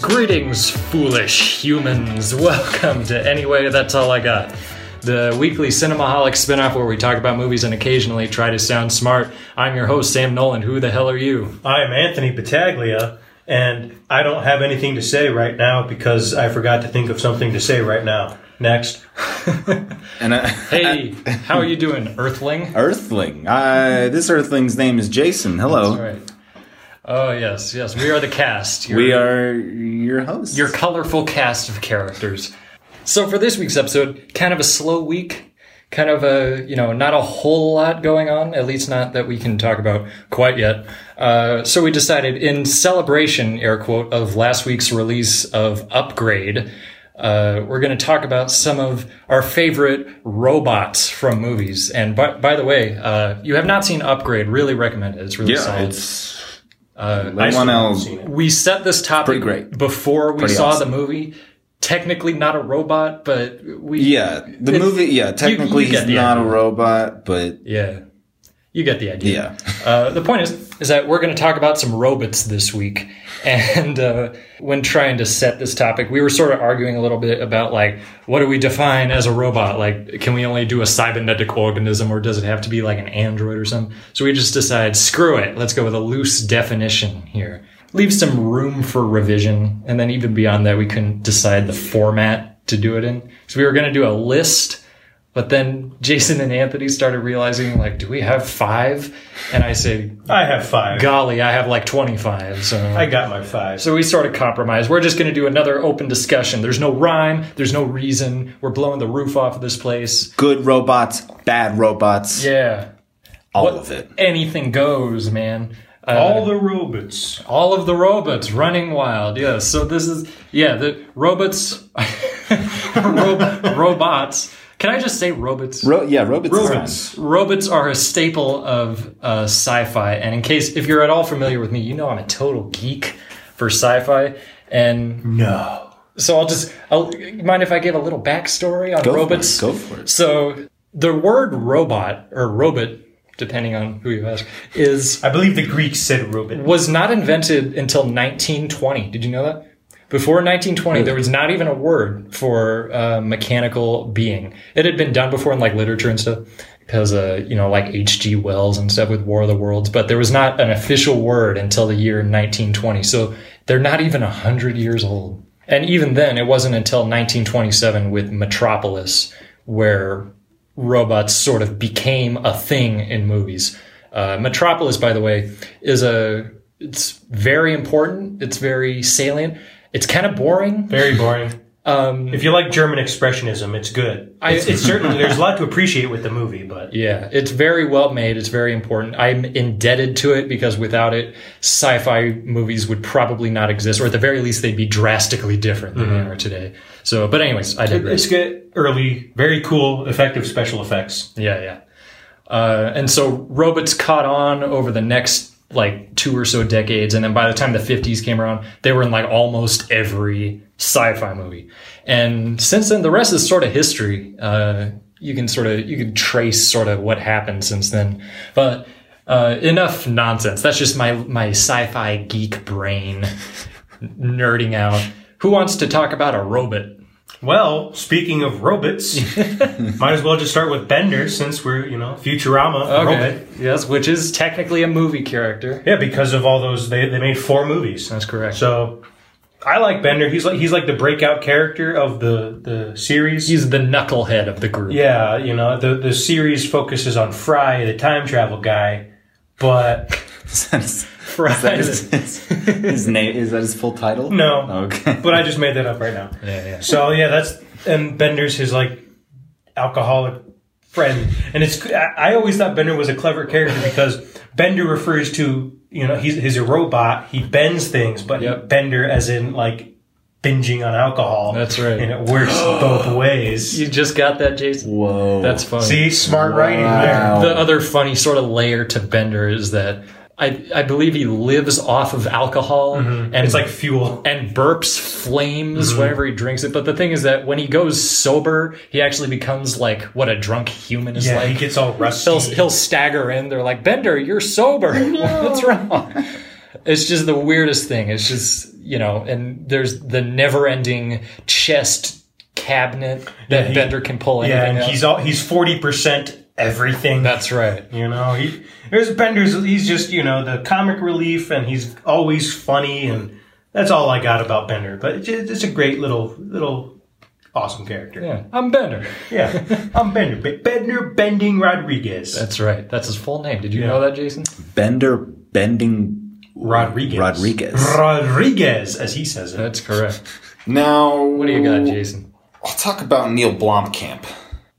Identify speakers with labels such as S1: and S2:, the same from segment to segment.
S1: Greetings, foolish humans. Welcome to Anyway, That's All I Got, the weekly Cinemaholic spinoff where we talk about movies and occasionally try to sound smart. I'm your host, Sam Nolan. Who the hell are you?
S2: I'm Anthony Battaglia, and I don't have anything to say right now because I forgot to think of something to say right now. Next.
S3: And I,
S1: Hey, how are you doing, Earthling?
S3: Earthling. Uh, this Earthling's name is Jason. Hello.
S1: All right. Oh, yes, yes. We are the cast.
S3: We are your hosts.
S1: your colorful cast of characters. So for this week's episode, kind of a slow week, kind of a you know not a whole lot going on, at least not that we can talk about quite yet. Uh, so we decided, in celebration, air quote, of last week's release of Upgrade. Uh, we're going to talk about some of our favorite robots from movies. And by, by the way, uh, you have not seen Upgrade. Really recommend it. It's really
S3: yeah,
S1: solid.
S3: it's
S1: Uh,
S3: everyone else.
S2: Seen it.
S1: We set this topic
S3: Pretty great.
S1: before we saw
S3: awesome.
S1: the movie. Technically not a robot, but we
S3: Yeah, the
S1: It-
S3: movie. Yeah, technically
S1: you get
S3: he's
S1: the
S3: not
S1: idea.
S3: a robot, but
S1: yeah. You get the idea.
S3: yeah,
S1: Uh, the point is, is that we're going to talk about some robots this week. And uh, when trying to set this topic, we were sort of arguing a little bit about like, what do we define as a robot? Like, can we only do a cybernetic organism, or does it have to be like an android or something? So we just decided, screw it, let's go with a loose definition here. Leave some room for revision, and then even beyond that, we couldn't decide the format to do it in. So we were going to do a list but then Jason and Anthony started realizing, like, do we have five? And I said,
S2: I have five.
S1: golly, I have like 25. So,
S2: I got my five.
S1: so we sort of compromised. We're just going to do another open discussion. There's no rhyme, there's no reason. We're blowing the roof off of this place.
S3: good robots, bad robots,
S1: Yeah.
S3: all
S1: what-
S3: of it.
S1: Anything goes, man. Uh,
S2: All the robots.
S1: all of the robots running wild. Yeah. So this is yeah the robots, Rob- robots. Can I just say robots?
S3: Ro- yeah, robots. is
S2: Robots.
S3: fine.
S1: Robots are a staple of uh, sci-fi, and in case if you're at all familiar with me, you know I'm a total geek for sci-fi, and
S2: No.
S1: so I'll just I'll, mind if I give a little backstory on
S3: Go
S1: robots.
S3: For it. Go for it.
S1: So the word robot or robot, depending on who you ask, is
S2: I believe the Greeks said robot.
S1: was not invented until 1920. Did you know that? Before 1920, there was not even a word for uh, mechanical being. It had been done before in like literature and stuff, because uh, you know, like H.G. Wells and stuff with War of the Worlds. But there was not an official word until the year 1920. So they're not even hundred years old. And even then, it wasn't until 1927 with Metropolis where robots sort of became a thing in movies. Uh, Metropolis, by the way, is a it's very important. It's very salient. It's kind of boring.
S2: Very boring. Um, if you like German expressionism, it's good.
S1: I-
S2: it's, it's certainly there's a lot to appreciate with the movie, but
S1: Yeah, it's very well made. It's very important. I'm indebted to it because without it, sci-fi movies would probably not exist, or at the very least, they'd be drastically different than they are today. So, but anyways, I digress.
S2: it's good. Early, very cool, effective special effects.
S1: Yeah, yeah. Uh, and so robots caught on over the next like two or so decades, and then by the time the 50s came around, they were in like almost every sci-fi movie. And since then, the rest is sort of history. Uh, you can sort of you can trace sort of what happened since then, but. Uh, enough nonsense. That's just my my sci-fi geek brain nerding out. Who wants to talk about a robot?
S2: Well, speaking of robots, might as well just start with Bender since we're you know Futurama robot.
S1: Yes, which is technically a movie character.
S2: Yeah, because of all those, they, they made four movies.
S1: That's correct.
S2: So I like Bender. He's like he's like the breakout character of the the series.
S1: He's the knucklehead of the group.
S2: yeah, you know the the series focuses on Fry, the time travel guy, but
S3: Is that his,
S1: Fry.
S3: is that his, his, name? Is that his full title?
S2: no,
S3: Okay.
S2: but I just made that up right now.
S1: Yeah, yeah.
S2: So yeah, that's and Bender's his like alcoholic friend, and it's I, I always thought Bender was a clever character because Bender refers to you know he's he's a robot. He bends things, but
S1: Yep.
S2: Bender as in like binging on alcohol.
S1: That's right.
S2: and it works both ways.
S1: You just got that, Jason.
S3: Whoa.
S1: That's funny.
S2: See, smart writing there.
S3: Wow.
S1: the other funny sort of layer to Bender is that I I believe he lives off of alcohol and
S2: It's like fuel.
S1: and burps flames
S2: Mm-hmm.
S1: whenever he drinks it. But the thing is that when he goes sober, he actually becomes like what a drunk human is
S2: Yeah,
S1: like.
S2: he gets all rusty.
S1: he'll he'll stagger in. They're like, Bender, you're sober. What's wrong? It's just the weirdest thing. It's just you know, and there's the never-ending chest cabinet that
S2: Yeah, he-
S1: Bender can pull anything
S2: Yeah, and
S1: out.
S2: he's all he's forty percent everything.
S1: That's right.
S2: you know, he there's Bender's. He's just you know the comic relief, and he's always funny, and that's all I got about Bender. But it's, it's a great little little awesome character.
S1: Yeah, I'm Bender.
S2: Yeah, I'm Bender. B- Bender Bending Rodriguez.
S1: That's right. That's his full name. Did you know that, Jason?
S3: Bender bending
S2: Rodriguez.
S3: Rodriguez.
S2: Rodriguez, as he says it.
S1: That's correct.
S3: Now,
S1: What do you got, Jason?
S3: I'll talk about Neil Blomkamp.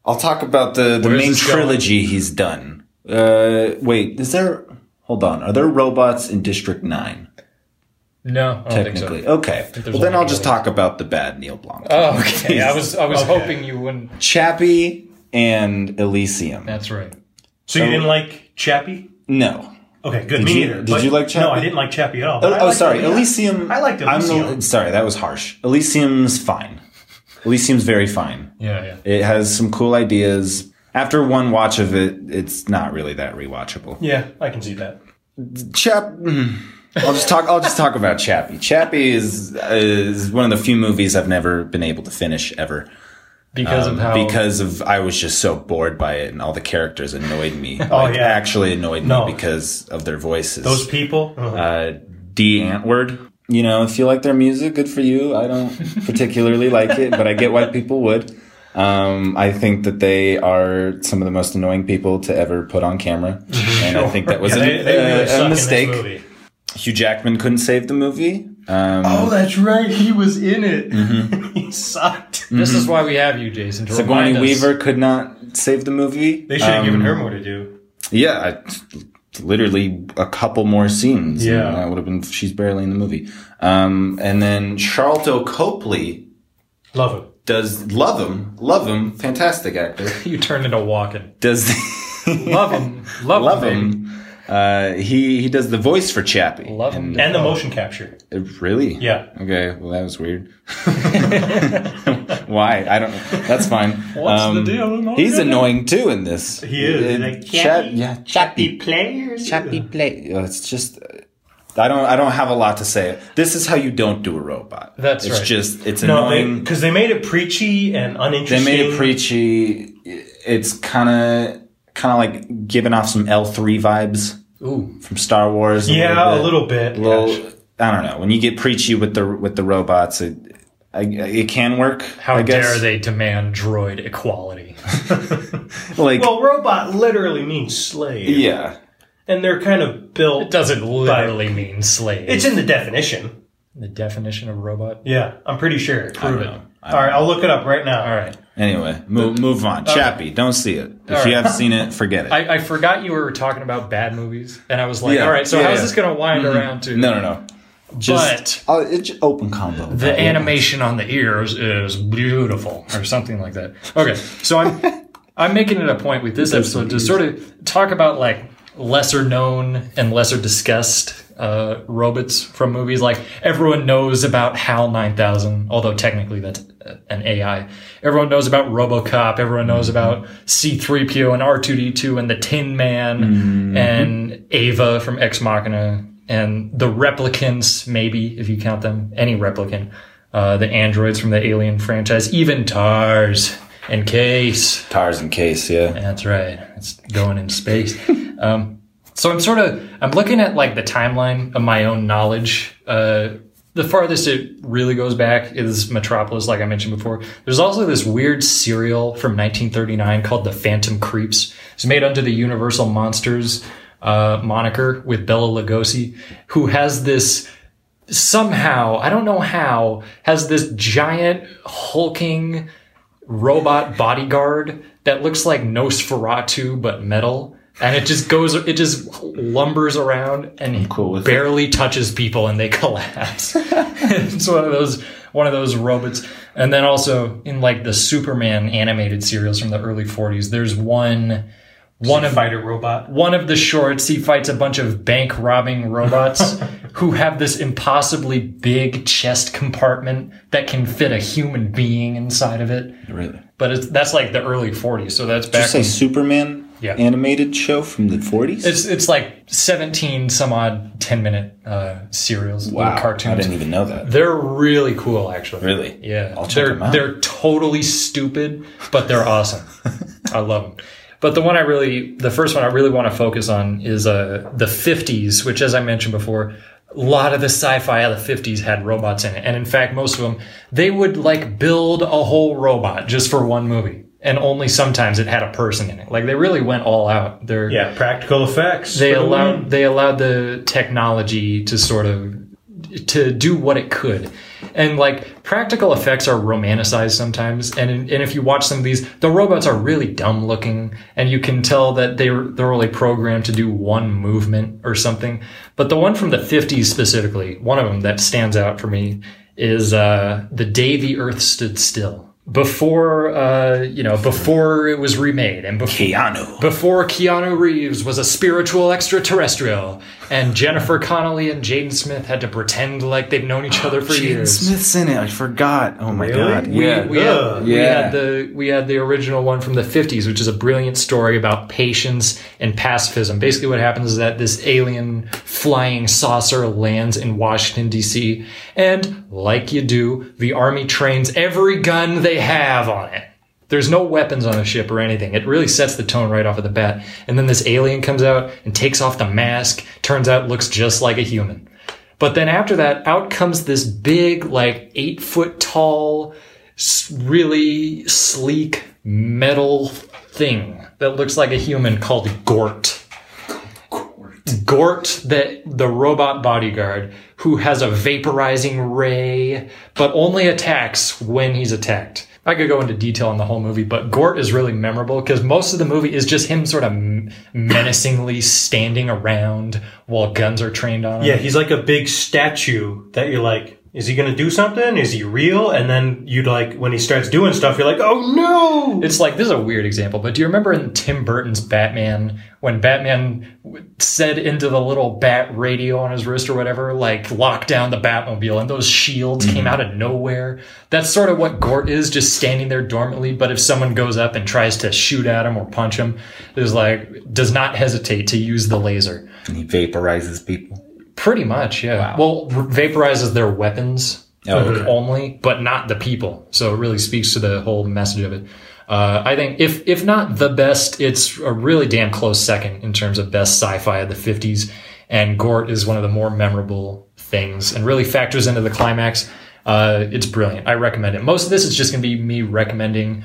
S3: I'll talk about the, the
S1: Where's
S3: main
S1: this going?
S3: trilogy he's done. Uh, wait, is there? Hold on. Are there robots in District Nine?
S1: No, I don't
S3: Technically,
S1: think so.
S3: okay.
S1: there's
S3: Well, then
S1: only
S3: I'll just talk about the bad Neil Blomkamp.
S1: Oh, okay. I was
S3: Jesus.
S1: I was
S2: Okay.
S1: hoping you wouldn't.
S3: Chappie and Elysium.
S1: That's right.
S2: So you didn't like Chappie?
S3: No.
S2: Okay, good.
S3: Did
S2: me
S3: you-
S2: either.
S3: did
S2: but-
S3: you like
S2: No, I
S3: Chappie?
S2: didn't like Chappie at all. but
S3: Oh,
S2: I
S3: oh,
S2: liked
S3: sorry.
S2: Elysium.
S3: Elysium.
S2: I liked
S3: I'm the-
S2: Elysium.
S3: sorry, that was harsh. Elysium's fine. Elysium's very fine.
S1: Yeah, yeah.
S3: It has some cool ideas. After one watch of it, it's not really that rewatchable.
S2: Yeah, I can see that.
S3: Chap. mm. I'll just talk. I'll just talk about Chappie. Chappie is is one of the few movies I've never been able to finish ever
S1: Because of how
S2: Oh.
S3: because of I was just so bored by it and all the characters annoyed me. oh
S2: yeah.
S3: actually annoyed
S2: No.
S3: me because of their voices.
S2: Those people. uh-huh.
S3: uh, D Antword. You know, if you like their music, good for you. I don't particularly like it, but I get why people would. Um, I think that they are some of the most annoying people to ever put on camera, and I think that was
S2: Yeah,
S3: a-
S2: they, they really
S3: uh, a-
S2: suck in
S3: a
S2: this
S3: mistake.
S2: movie.
S3: Hugh Jackman couldn't save the movie. Um,
S2: Oh, that's right. He was in it. he sucked.
S1: this is why we have you, Jason. To remind
S3: Sigourney
S1: us.
S3: Weaver could not save the movie.
S2: They should have given her more to do.
S3: Yeah, I, literally a couple more scenes. and
S2: Yeah.
S3: that would have been. She's barely in the movie. Um, and then Charlton Copley
S2: Love him.
S3: does love him, love him, fantastic actor.
S1: You turned into walking.
S3: Does
S1: Love him. Love,
S3: love
S1: him. baby.
S3: him? Uh, he he does the voice for Chappie.
S1: Love him.
S2: And the motion capture.
S3: Uh, really?
S2: Yeah.
S3: Okay. Well, that was weird. Why? I don't. That's fine. Um,
S1: What's the deal with motion
S3: He's
S1: capture?
S3: annoying too in this.
S2: He is.
S3: Uh,
S2: Like,
S3: Chap-
S2: Chappie,
S3: yeah,
S2: Chappie
S3: Chappie.
S2: players.
S3: Chappie play. uh, It's just. uh, I don't. I don't have a lot to say. This is how you don't do a robot.
S1: That's
S3: it's
S1: right.
S3: just. It's
S2: No,
S3: annoying.
S2: because they, made it preachy and
S3: They
S2: uninteresting.
S3: made it preachy. It's kind of kind of like giving off some L three vibes
S1: Ooh,
S3: from Star Wars.
S2: Yeah, a
S3: bit.
S2: little bit.
S3: A little- I don't know. When you get preachy with the with the robots, it I, it can work.
S1: how
S3: I guess.
S1: dare they demand droid equality?
S3: Like
S2: Well, robot literally means slave.
S3: yeah,
S2: And they're kind of built.
S1: It doesn't literally mean slave.
S2: It's in the definition.
S1: the definition of robot.
S2: Yeah, I'm pretty sure. Prove it.
S3: know.
S2: All
S3: I don't
S2: right, I'll look it up right now.
S1: All right.
S3: Anyway, move move on. Chappie, don't see it. If
S1: All
S3: you
S1: right.
S3: have seen it, forget it.
S1: I, I forgot you were talking about bad movies, and I was like,
S3: Yeah.
S1: all right, so
S3: Yeah,
S1: how's
S3: yeah.
S1: this going to wind around to?
S3: no, no, no. Just oh, it's just open combo.
S1: the animation on the ears is beautiful or something like that okay so i'm i'm making it a point with this episode to sort of talk about like lesser known and lesser discussed uh, robots from movies like everyone knows about hal 9000 although technically that's uh, an ai everyone knows about robocop everyone knows about c3po and r2d2 and the tin man and ava from ex machina and the replicants, maybe if you count them, any replicant, uh, the androids from the Alien franchise, even Tars and Case.
S3: Tars in case, yeah.
S1: That's right, it's going in space. um, so I'm sort of I'm looking at like the timeline of my own knowledge. Uh, the farthest it really goes back is Metropolis, like I mentioned before. There's also this weird serial from 1939 called The Phantom Creeps. It's made under the Universal Monsters uh, moniker with Bella Lugosi, who has this somehow, I don't know how, has this giant hulking robot bodyguard that looks like Nosferatu but metal. And it just goes, it just lumbers around and
S3: cool with it.
S1: barely touches people and they collapse. it's one of those, one of those robots. And then also in like the Superman animated serials from the early 40s, there's one, one of
S2: Fighter robot.
S1: one of the shorts, he fights a bunch of bank robbing robots who have this impossibly big chest compartment that can fit a human being inside of it.
S3: Really?
S1: But it's, that's like the early 40s, so that's
S3: Did you
S1: back.
S3: say Superman?
S1: Yeah.
S3: animated show from the 40s.
S1: It's it's like seventeen some odd ten minute uh, serials,
S3: wow,
S1: little cartoons.
S3: I didn't even know that.
S1: They're really cool, actually.
S3: Really?
S1: Yeah.
S3: I'll check
S1: they're
S3: them out.
S1: they're totally stupid, but they're awesome. I love them. But the one I really, the first one I really want to focus on is uh, the 50s, which, as I mentioned before, a lot of the sci-fi of the 50s had robots in it, and in fact, most of them they would like build a whole robot just for one movie, and only sometimes it had a person in it. Like they really went all out. They're
S2: Yeah, practical effects.
S1: they
S2: for the
S1: allowed
S2: win.
S1: they allowed the technology to sort of to do what it could and like practical effects are romanticized sometimes and and if you watch some of these the robots are really dumb looking and you can tell that they were- they're only programmed to do one movement or something but the one from the 50s specifically one of them that stands out for me is uh the day the earth stood still before uh you know before it was remade and before
S3: Keanu.
S1: before Keanu Reeves was a spiritual extraterrestrial, and Jennifer Connelly and Jaden Smith had to pretend like they've known each other for
S3: Jaden
S1: years.
S3: Smith's in it. I forgot. Oh my
S2: Really?
S3: god.
S2: We-
S3: yeah.
S1: We had, we
S3: Yeah.
S1: had the we had the original one from the 50s, which is a brilliant story about patience and pacifism. Basically, what happens is that this alien flying saucer lands in Washington D.C. and, like you do, the army trains every gun they have on it. There's no weapons on the ship or anything. It really sets the tone right off of the bat. And then this alien comes out and takes off the mask. Turns out looks just like a human. But then after that, out comes this big, like eight foot tall, s- really sleek metal thing that looks like a human called Gort. Gort, the, the robot bodyguard, who has a vaporizing ray, but only attacks when he's attacked. I could go into detail on the whole movie, but Gort is really memorable because most of the movie is just him sort of m- menacingly standing around while guns are trained on him.
S2: Yeah, he's like a big statue that you're like, is he going to do something? Is he real? And then you'd like, when he starts doing stuff, you're like, oh no!
S1: it's like this is a weird example, but do you remember in Tim Burton's Batman when Batman w- said into the little bat radio on his wrist or whatever, like lock down the Batmobile, and those shields came out of nowhere? That's sort of what Gort is, just standing there dormantly. But if someone goes up and tries to shoot at him or punch him, is like does not hesitate to use the laser.
S3: And he vaporizes people.
S1: Pretty much, yeah. Well, r- vaporizes their weapons
S3: Oh, okay.
S1: only, but not the people. So it really speaks to the whole message of it. Uh, I think if if not the best, it's a really damn close second in terms of best sci-fi of the '50s. And Gort is one of the more memorable things, and really factors into the climax. Uh, it's brilliant. I recommend it. Most of this is just going to be me recommending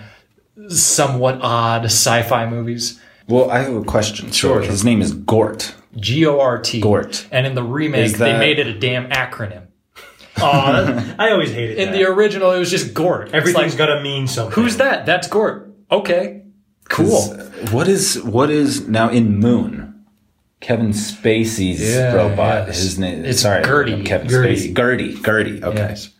S1: somewhat odd sci-fi movies.
S3: Well, I have a question. Sure. His name is Gort.
S1: G O R T.
S3: Gort.
S1: And in the remake,
S3: Is
S1: they
S3: that-
S1: made it a damn acronym.
S2: Aw, that- I always hated
S1: In
S2: that.
S1: the original, it was just Gort. It's
S2: Everything's
S1: like,
S2: got to mean something.
S1: who's that? That's Gort. Okay, cool.
S3: What is what is now in Moon? Kevin Spacey's
S1: Yeah,
S3: robot.
S1: yes.
S3: His name.
S1: It's
S3: sorry,
S1: Gertie.
S3: Kevin
S1: Gertie.
S3: Spacey. Gertie. Gertie. Okay.
S1: Yes.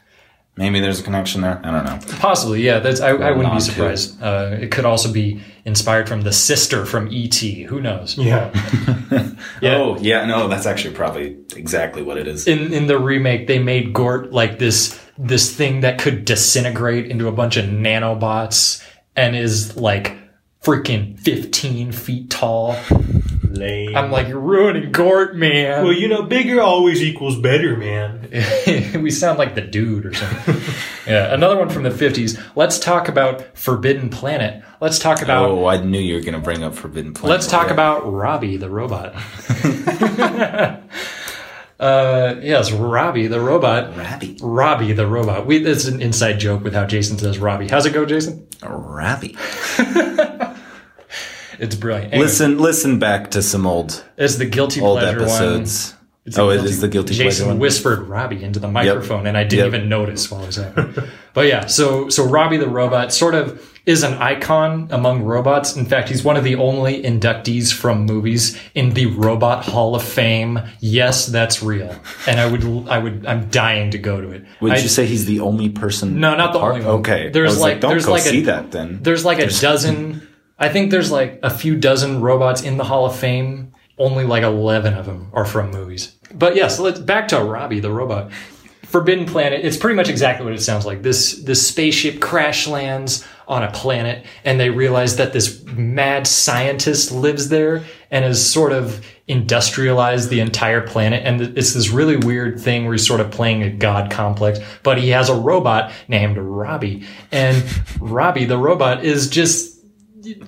S3: Maybe there's a connection there. I don't know.
S1: Possibly, yeah. That's I, I wouldn't
S3: not
S1: be
S3: too.
S1: surprised. Uh, it could also be inspired from the sister from ET. Who knows?
S2: Yeah.
S1: Yeah.
S3: Oh, yeah. No, that's actually probably exactly what it is.
S1: In in the remake, they made Gort like this this thing that could disintegrate into a bunch of nanobots and is like freaking fifteen feet tall.
S2: Lame.
S1: I'm like, you're ruining Gort, man.
S2: well, you know, bigger always equals better, man.
S1: we sound like the dude or something. yeah, another one from the 50s. Let's talk about Forbidden Planet. Let's talk about
S3: oh, I knew you were going to bring up Forbidden Planet.
S1: uh, Let's talk about Robbie the robot. uh, yes, Robbie the robot.
S3: Robbie.
S1: Robbie the robot. We that's an inside joke with how Jason says Robbie. How's it go, Jason?
S3: Robbie.
S1: It's brilliant. Anyway,
S3: Listen, listen back to some old
S1: it's the guilty
S3: old
S1: pleasure one.
S3: episodes.
S1: a
S3: Oh, it is the guilty pleasure
S1: Jason
S3: one.
S1: whispered Robbie into the microphone, and I didn't
S3: Yep.
S1: even notice while I was at it. but yeah, so so Robbie the robot sort of is an icon among robots. In fact, he's one of the only inductees from movies in the Robot Hall of Fame. Yes, that's real, and I would I would I'm dying to go to it.
S3: Would
S1: I-
S3: you say he's the only person?
S1: No, not the
S3: part-
S1: only one.
S3: Okay, I
S1: There's
S3: was
S1: like-
S3: don't
S1: there's
S3: go
S1: like a-
S3: see that then.
S1: there's like a dozen. I think there's like a few dozen robots in the Hall of Fame. Only like eleven of them are from movies. But yes, let's back to Robbie the robot. Forbidden Planet. It's pretty much exactly what it sounds like. This this spaceship crash lands on a planet and they realize that this mad scientist lives there and has sort of industrialized the entire planet. And it's this really weird thing where he's sort of playing a god complex, but he has a robot named Robbie. And Robbie, the robot, is just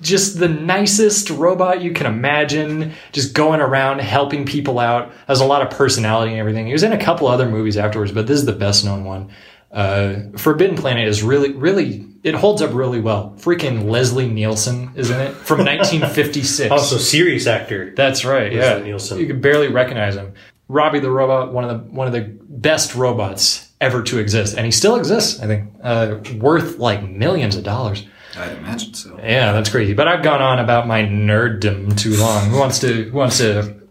S1: just the nicest robot you can imagine, just going around helping people out. Has a lot of personality and everything. He was in a couple other movies afterwards, but this is the best known one. Uh, Forbidden Planet is really, really, it holds up really well. Freaking Leslie Nielsen, isn't it? From 1956.
S2: Also, serious actor.
S1: That's right. Yeah,
S2: Nielsen.
S1: You could barely recognize him. Robbie the robot, one of the one of the best robots ever to exist, and he still exists. I think uh, worth like millions of dollars.
S3: I'd imagine so.
S1: Yeah, that's crazy. But I've gone on about my nerddom too long. Who wants to who wants to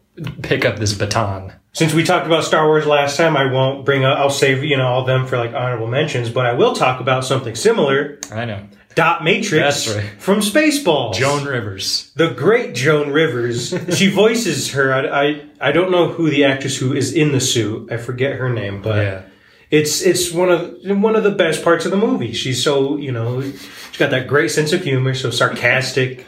S1: pick up this baton?
S2: Since we talked about Star Wars last time, I won't bring up, I'll save, you know, all them for like honorable mentions, but I will talk about something similar.
S1: I know.
S2: Dot Matrix
S1: That's right.
S2: from Spaceballs.
S1: Joan Rivers.
S2: the great Joan Rivers. she voices her. I, I I don't know who the actress who is in the suit. I forget her name, but
S1: Yeah.
S2: it's it's one of one of the best parts of the movie. She's so you know she's got that great sense of humor, so sarcastic.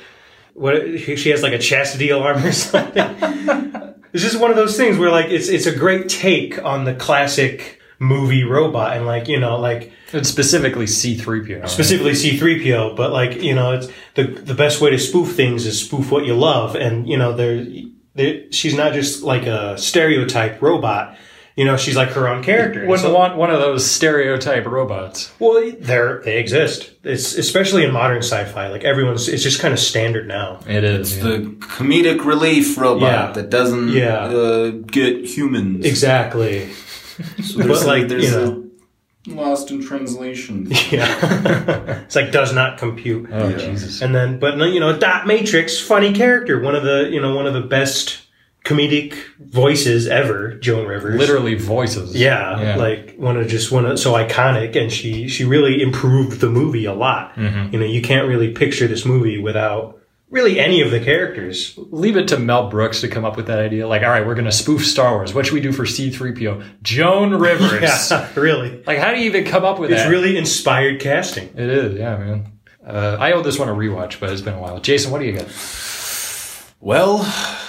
S2: What she has like a chastity alarm or something. it's just one of those things where like it's it's a great take on the classic movie robot and like you know like
S1: And specifically C3PO.
S2: specifically C3PO, but like, you know, it's the the best way to spoof things is spoof what you love and you know, there there she's not just like a stereotype robot. You know, she's like her own character.
S1: Wouldn't
S2: So-
S1: want one of those stereotype robots.
S2: well, they're they exist. It's especially in modern sci-fi. Like everyone's, it's just kind of standard now.
S1: It is.
S3: The comedic relief robot
S2: Yeah.
S3: that doesn't
S2: Yeah.
S3: uh, get humans.
S2: Exactly.
S3: So
S2: But,
S3: there's a-
S2: like,
S3: there's
S2: you
S3: a
S2: know.
S3: lost in translation.
S2: Yeah. it's like does not compute.
S1: oh
S3: Yeah.
S1: Jesus.
S2: And then, but no, you know, Dot Matrix, funny character, one of the you know one of the best comedic voices ever, Joan Rivers.
S1: Literally voices.
S2: Yeah,
S1: Yeah.
S2: like one of just one of so iconic, and she she really improved the movie a lot.
S3: Mm-hmm.
S2: You know, you can't really picture this movie without really any of the characters.
S1: Leave it to Mel Brooks to come up with that idea. Like, all right, we're gonna spoof Star Wars. What should we do for C3PO? Joan Rivers.
S2: Yeah, really,
S1: Like, how do you even come up with
S2: it's
S1: that?
S2: really inspired casting.
S1: it is, yeah, man. Uh, I owe this one a rewatch, but it's been a while. Jason, what do you got?
S3: Well,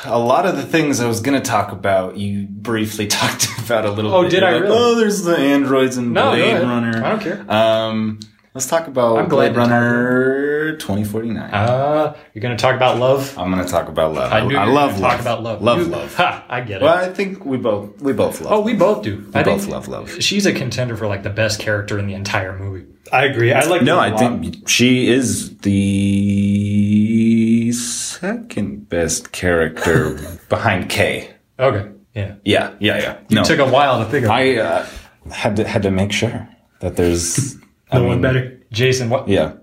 S3: a lot of the things I was going to talk about, you briefly talked about a little
S1: Oh,
S3: bit.
S1: did
S3: You're
S1: I
S3: like,
S1: really?
S3: Oh, there's the androids and
S1: No, go
S3: Blade
S1: ahead.
S3: Runner.
S1: I don't care.
S3: Um, let's talk about
S1: I'm glad
S3: Blade
S1: to talk
S3: Runner 2049.
S1: Uh, you're gonna talk about love.
S3: I'm going to talk about love.
S1: knew you were
S3: love
S1: gonna
S3: love.
S1: Talk about love.
S3: Love
S1: You-
S3: love.
S1: Ha! I get it.
S3: Well, I think we both we both love.
S1: Oh, we both do. I
S3: both
S1: think
S3: love love.
S1: She's a contender for like the best character in the entire movie.
S2: I agree. I like
S3: No,
S2: them a
S3: I
S2: lot.
S3: think she is the second best character behind K.
S1: Okay. Yeah.
S3: Yeah, yeah, yeah. No,
S1: Took a while to think of.
S3: I uh, had to had to make sure that there's
S2: no one better.
S1: Jason, what?
S3: Yeah.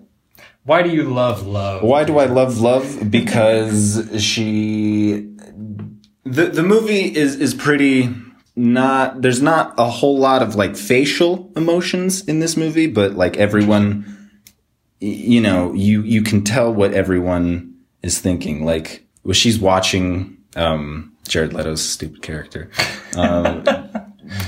S1: Why do you love love?
S3: Why do I love love? Because she the the movie is is pretty not there's not a whole lot of like facial emotions in this movie, but like everyone y- you know, you you can tell what everyone is thinking. Like well, she's watching um Jared Leto's stupid character um,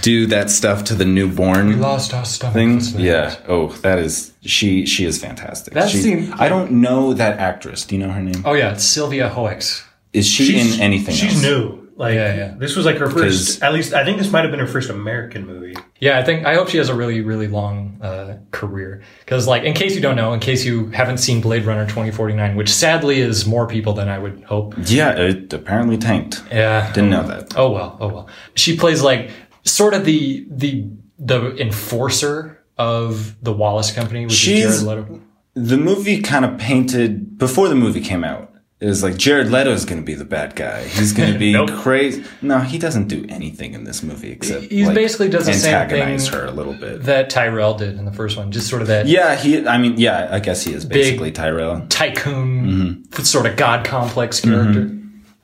S3: do that stuff to the newborn
S1: Lost our stomach.
S3: things. Yeah. Oh, that is she. She is fantastic.
S1: That
S3: She-
S1: seemed-
S3: I don't know that actress. Do you know her name?
S1: Oh yeah, it's Sylvia Hoeks.
S3: Is she
S2: She's-
S3: in anything?
S2: She's
S3: else?
S2: new. Like
S1: Yeah, yeah.
S2: this was like her
S3: Because-
S2: first. At least I think this might have been her first American movie.
S1: Yeah, I think I hope she has a really really long uh, career because like in case you don't know, in case you haven't seen Blade Runner 2049, which sadly is more people than I would hope.
S3: Yeah. It apparently tanked.
S1: Yeah.
S3: Didn't know that.
S1: Oh well, oh well. She plays like sort of the the the enforcer of the Wallace Company, which
S3: She's-
S1: is Jared Leto.
S3: The movie kind of painted before the movie came out. It was like Jared Leto is going to be the bad guy. He's going to be crazy. No, he doesn't do anything in this movie except
S1: He- he
S3: like,
S1: basically does the same
S3: antagonize
S1: thing-
S3: her a little bit.
S1: That Tyrell did in the first one, just sort of that
S3: Yeah, he. I mean, yeah, I guess he is basically Tyrell.
S1: tycoon
S3: Mm-hmm.
S1: sort of god complex character.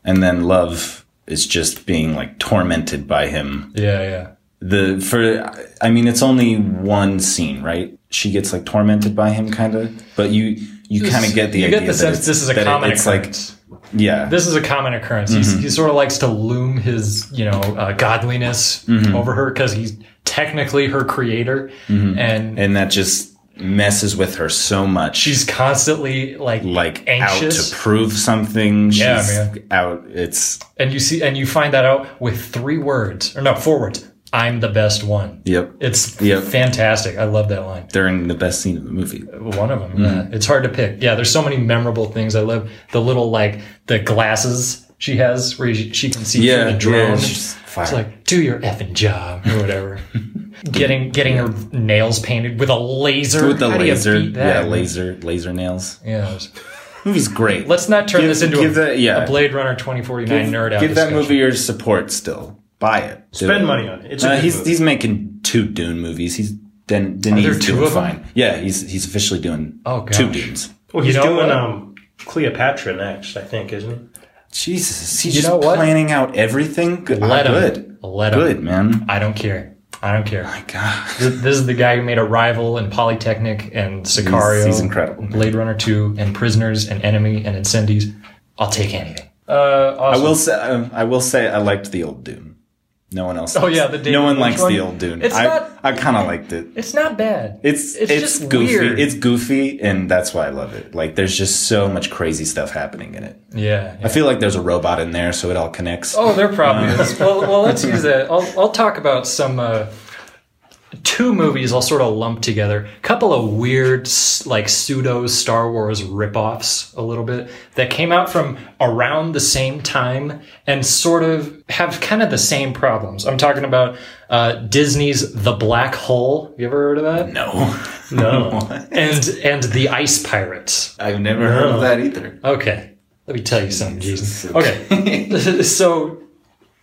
S3: And then Love is just being like tormented by him
S1: Yeah, yeah.
S3: the for i mean it's only one scene right she gets like tormented by him kind of but you you kind of get the
S1: you
S3: idea
S1: get the
S3: that
S1: sense
S3: it's-
S1: this is a
S3: that it-
S1: common
S3: it's like
S1: occurrence.
S3: yeah
S1: this is a common occurrence. He's,
S3: Mm-hmm.
S1: he sort of likes to loom his, you know, uh,
S3: Mm-hmm.
S1: godliness over her because he's technically her creator, and
S3: Mm-hmm. and that just messes with her so much.
S1: She's constantly like,
S3: like out
S1: anxious,
S3: to prove something. She's
S1: Yeah,
S3: out. It's
S1: and you see, and you find that out with three words, or no, four words. I'm the best one.
S3: yep.
S1: It's
S3: Yep.
S1: fantastic. I love that line.
S3: During the best scene of the movie.
S1: One of them.
S3: Mm.
S1: Yeah. It's hard to pick. Yeah, there's so many memorable things. I love the little like the glasses she has where she, she can see
S3: Yeah,
S1: through the
S3: yeah,
S1: drone.
S3: she's fire.
S1: it's like do your effing job or whatever. getting getting her nails painted with a laser.
S3: With the
S1: How do you
S3: laser,
S1: beat that?
S3: yeah, laser, laser nails.
S1: Yeah, it was-
S3: Movie's great.
S1: Let's not turn
S3: Give-
S1: this into
S3: give
S1: a,
S3: that- yeah.
S1: a Blade Runner 2049 nerd out.
S3: give that
S1: discussion.
S3: movie your support. Still, buy it. Do
S2: Spend
S3: it.
S2: money on it. It's a
S3: Uh,
S2: good
S3: he's
S2: movie.
S3: he's making two Dune movies. He's then then
S1: there
S3: he's
S1: two
S3: doing
S1: of 'em?
S3: fine. Yeah, he's he's officially doing
S1: Oh, gosh.
S3: two Dunes.
S2: well, he's
S1: you know
S2: doing
S1: what?
S2: um, Cleopatra next, I think, isn't
S3: Jesus, he's
S1: You
S3: just
S1: know what?
S3: planning out everything. Good,
S1: Let him.
S3: good,
S1: Let him.
S3: good man.
S1: I don't care. I don't care.
S3: My God,
S1: This, this is the guy who made Arrival and Polytechnic and Sicario.
S3: he's incredible.
S1: Blade Runner 2 and Prisoners and Enemy and Incendies. I'll take anything. Uh,
S3: I
S1: awesome.
S3: will say um, I will say I liked the old Dune. No one else.
S1: Oh,
S3: likes
S1: yeah,
S3: it.
S1: the David
S3: no one
S1: Lynch
S3: likes
S1: one?
S3: the old Dune.
S1: It's
S3: I
S1: not-
S3: I kind of liked it.
S1: It's not bad.
S3: It's
S1: It's
S3: it's,
S1: just
S3: goofy.
S1: weird.
S3: It's goofy, and that's why I love it. Like there's just so much crazy stuff happening in it.
S1: yeah. yeah.
S3: I feel like there's a robot in there, so it all connects.
S1: Oh, there probably is. Well, well, let's use that. I'll, I'll talk about some uh, two movies I'll sort of lump together. A couple of weird, s- like pseudo Star Wars ripoffs, a little bit that came out from around the same time and sort of have kind of the same problems. I'm talking about uh, Disney's The Black Hole. You ever heard of that?
S3: No,
S2: he? No.
S1: And and The Ice Pirates.
S3: I've never heard of that either.
S1: Okay. Let me tell you something, Jesus. Okay. so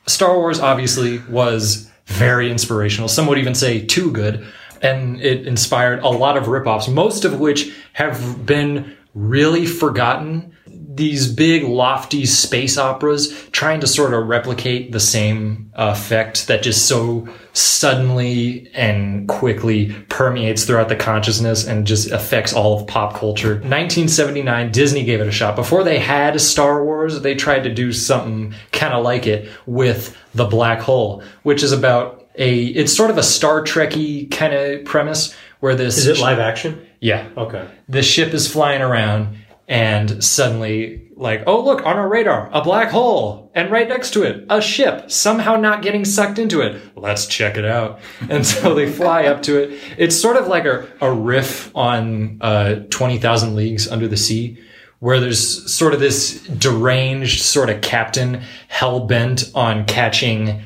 S1: Star Wars obviously was very inspirational. Some would even say too good. And it inspired a lot of ripoffs, most of which have been really forgotten. These big, lofty space operas trying to sort of replicate the same effect that just so suddenly and quickly permeates throughout the consciousness and just affects all of pop culture. 1979, Disney gave it a shot. Before they had Star Wars, they tried to do something kind of like it with The Black Hole, which is about a, it's sort of a Star Trekky kind of premise where this,
S2: Is it live action?
S1: yeah,
S2: Okay.
S1: the ship is flying around and suddenly like oh look on our radar a black hole and right next to it a ship somehow not getting sucked into it let's check it out and so they fly up to it it's sort of like a, a riff on uh, 20000 leagues under the sea where there's sort of this deranged sort of captain hell-bent on catching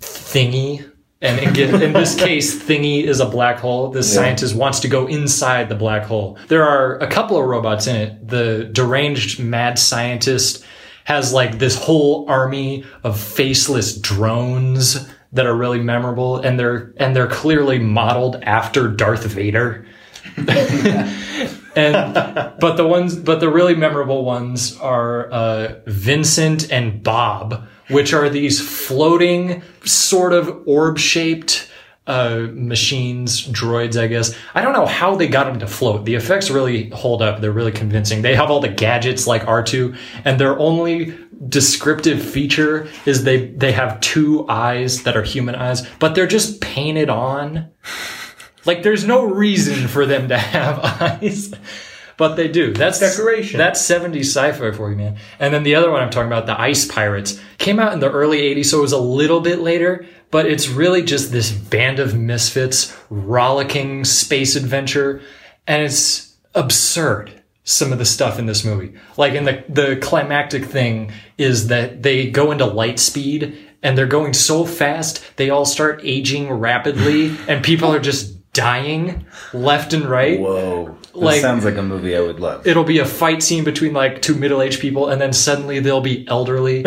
S1: thingy and in, ge- in this case thingy is a black hole this scientist wants to go inside the black hole there are a couple of robots in it the deranged mad scientist has like this whole army of faceless drones that are really memorable and they're and they're clearly modeled after Darth Vader and but the ones but the really memorable ones are uh, Vincent and Bob, which are these floating sort of orb shaped uh, machines, droids, I guess. I don't know how they got them to float. The effects really hold up. They're really convincing. They have all the gadgets like R2, and their only descriptive feature is they they have two eyes that are human eyes, but they're just painted on. Like there's no reason for them to have eyes, but they do. That's
S2: Decoration.
S1: That's 70s sci-fi for you, man. And then the other one I'm talking about, the Ice Pirates, came out in the early 80s, so it was a little bit later. But it's really just this band of misfits rollicking space adventure, and it's absurd. Some of the stuff in this movie, like in the the climactic thing, is that they go into light speed and they're going so fast they all start aging rapidly and people are just dying left and right
S3: Whoa, that
S1: Like-
S3: sounds like a movie I would love.
S1: it'll be a fight scene between like two middle-aged people and then suddenly they'll be elderly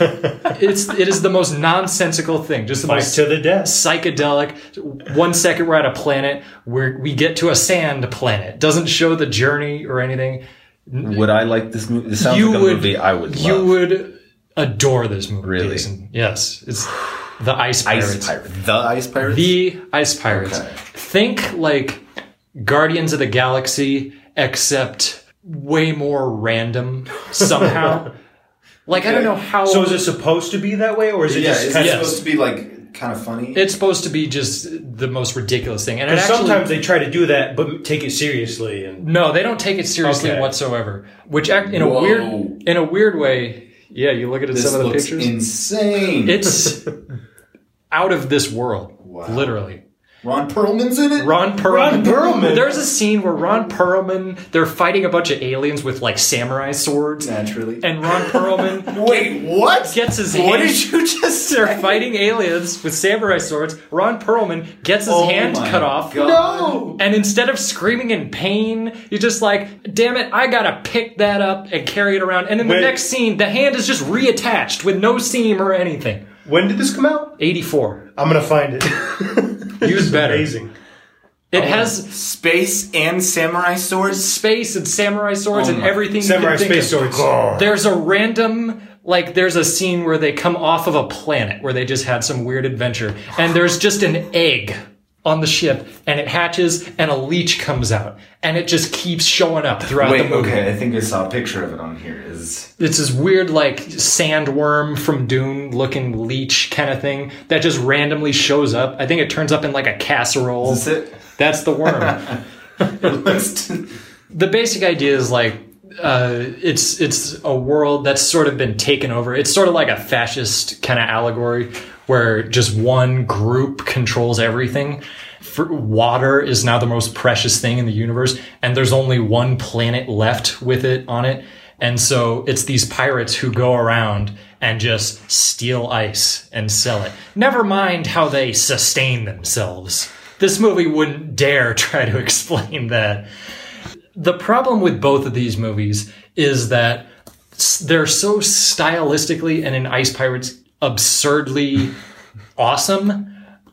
S1: it's it is the most nonsensical thing just the
S2: Fight
S1: most
S2: to the death.
S1: psychedelic one second we're at a planet where we get to a sand planet doesn't show the journey or anything
S3: would I like this movie? This sounds
S1: you
S3: like a
S1: would
S3: movie I would
S1: you
S3: love.
S1: would adore this movie
S3: Really?
S1: Jason. yes it's the ice pirates
S3: Ice Pirate. The Ice Pirates.
S1: the Ice Pirates.
S3: Okay.
S1: Think like Guardians of the Galaxy, except way more random somehow. like I don't know how.
S2: So is it supposed to be that way, or is it
S3: yeah,
S2: just
S3: it's
S2: kind
S1: yes.
S3: supposed to be like kind of funny.
S1: It's supposed to be just the most ridiculous thing, and it
S2: But
S1: actually
S2: sometimes they try to do that, but take it seriously. And
S1: no, they don't take it seriously
S2: Okay.
S1: whatsoever. Which act in a
S3: Whoa.
S1: weird in a weird way, yeah. You look at
S3: this
S1: some of the
S3: looks
S1: pictures.
S3: insane.
S1: it's out of this world,
S3: Wow.
S1: literally.
S3: Ron Perlman's in it.
S1: Ron Perlman.
S2: Ron Perlman.
S1: There's a scene where Ron Perlman they're fighting a bunch of aliens with like samurai swords,
S3: Naturally.
S1: and Ron Perlman
S3: Wait, what?
S1: gets his
S3: What
S1: hand-
S3: did you just
S1: They're
S3: say?
S1: fighting aliens with samurai swords. Ron Perlman gets his
S3: Oh
S1: hand
S3: my
S1: cut off.
S3: God. No!
S1: And instead of screaming in pain, you're just like, damn it, I gotta pick that up and carry it around. And in the
S2: Wait.
S1: next scene, the hand is just reattached with no seam or anything.
S2: when did this come out?
S1: 84.
S2: I'm gonna find it.
S1: Use better.
S2: Amazing. Oh
S1: It has
S3: Space and samurai swords.
S1: space and samurai swords
S3: Oh
S1: and
S3: my-
S1: everything. you
S2: Samurai
S1: can think
S2: space
S1: of.
S2: swords.
S1: There's a random like there's a scene where they come off of a planet where they just had some weird adventure and there's just an egg on the ship and it hatches and a leech comes out and it just keeps showing up throughout the
S3: Wait,
S1: movie.
S3: okay, I think I saw a picture of it on here. Is
S1: It's this weird like sandworm from Dune looking leech kind of thing that just randomly shows up. I think it turns up in like a casserole.
S3: is it?
S1: That's the worm.
S3: It looks t-
S1: the basic idea is like uh, it's it's a world that's sort of been taken over. It's sort of like a fascist kind of allegory where just one group controls everything. For, water is now the most precious thing in the universe, and there's only one planet left with it on it. And so it's these pirates who go around and just steal ice and sell it. Never mind how they sustain themselves. This movie wouldn't dare try to explain that the problem with both of these movies is that s- they're so stylistically and in Ice Pirates absurdly awesome,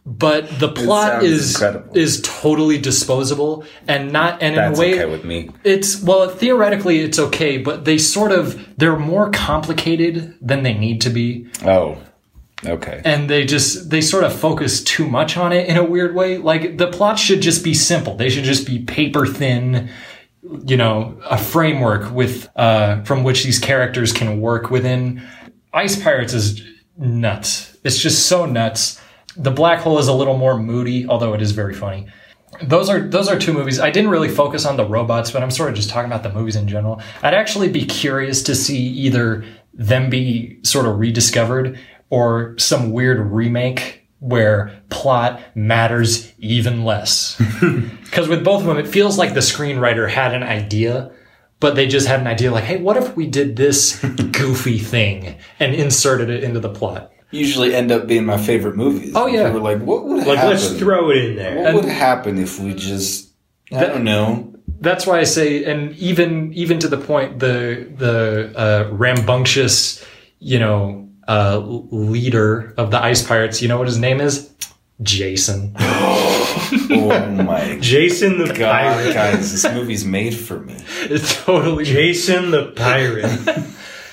S1: but the plot
S3: sounds
S1: is
S3: incredible.
S1: is totally disposable and not and in a way
S3: me.
S1: it's well theoretically it's okay, but they sort of they're more complicated than they need to be
S3: Oh, okay.
S1: and they just they sort of focus too much on it in a weird way like the plot should just be simple they should just be paper thin you know a framework with uh from which these characters can work within ice pirates is nuts it's just so nuts the black hole is a little more moody although it is very funny those are those are two movies i didn't really focus on the robots but i'm sort of just talking about the movies in general i'd actually be curious to see either them be sort of rediscovered or some weird remake where plot matters even less because with both of them it feels like the screenwriter had an idea but they just had an idea like hey what if we did this goofy thing and inserted it into the plot
S3: Usually end up being my favorite movies.
S1: Oh, yeah.
S3: People We're like, what would
S2: Like,
S3: happen?
S2: let's throw it in there.
S3: What would happen if we just? I don't know.
S1: that's why I say, and even even to the point, the the uh, rambunctious, you know, uh, l- leader of the Ice Pirates. You know what his name is? Jason.
S3: Oh my
S2: Jason the
S3: god,
S2: pirate.
S3: guys, this movie's made for me.
S1: It's totally
S2: Jason the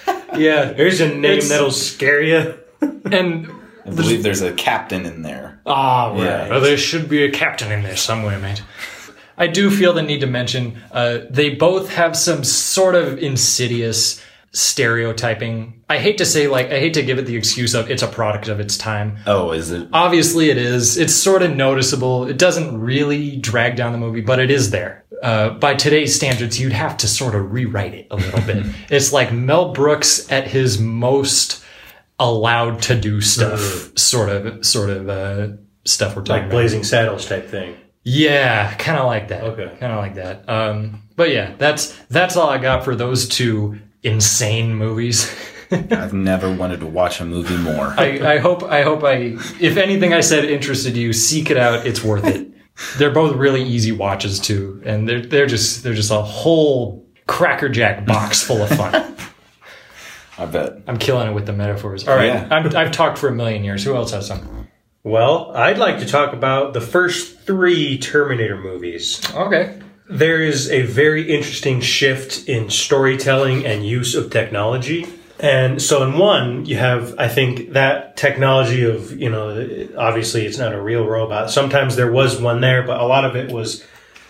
S2: pirate.
S1: yeah.
S2: There's a name
S1: It's-
S2: that'll scare you.
S1: And
S3: I believe there's a captain in there.
S1: ah, right.
S3: Yeah.
S1: Oh, there should be a captain in there somewhere, mate. I do feel the need to mention uh, they both have some sort of insidious stereotyping. I hate to say like I hate to give it the excuse of it's a product of its time.
S3: Oh, is it?
S1: obviously it is it's sort of noticeable it doesn't really drag down the movie but it is there uh, by today's standards you'd have to sort of rewrite it a little bit it's like mel brooks at his most allowed to do stuff sort of sort of uh, stuff we're talking
S2: Like
S1: about
S2: Blazing Saddles type thing.
S1: yeah kind of like that
S2: Okay.
S1: kind of like that um, but yeah that's that's all i got for those two insane movies
S3: I've never wanted to watch a movie more.
S1: I, I hope I hope I if anything I said interested you, seek it out. It's worth it. They're both really easy watches too, and they're they're just they're just a whole crackerjack box full of fun.
S3: I bet.
S1: I'm killing it with the metaphors. All right,
S3: Yeah.
S1: I'm, I've talked for a million years. Who else has some?
S2: Well, I'd like to talk about the first three Terminator movies.
S1: Okay,
S2: There is a very interesting shift in storytelling and use of technology. And so in one, you have, I think, that technology of, you know, obviously it's not a real robot. Sometimes there was one there, but a lot of it was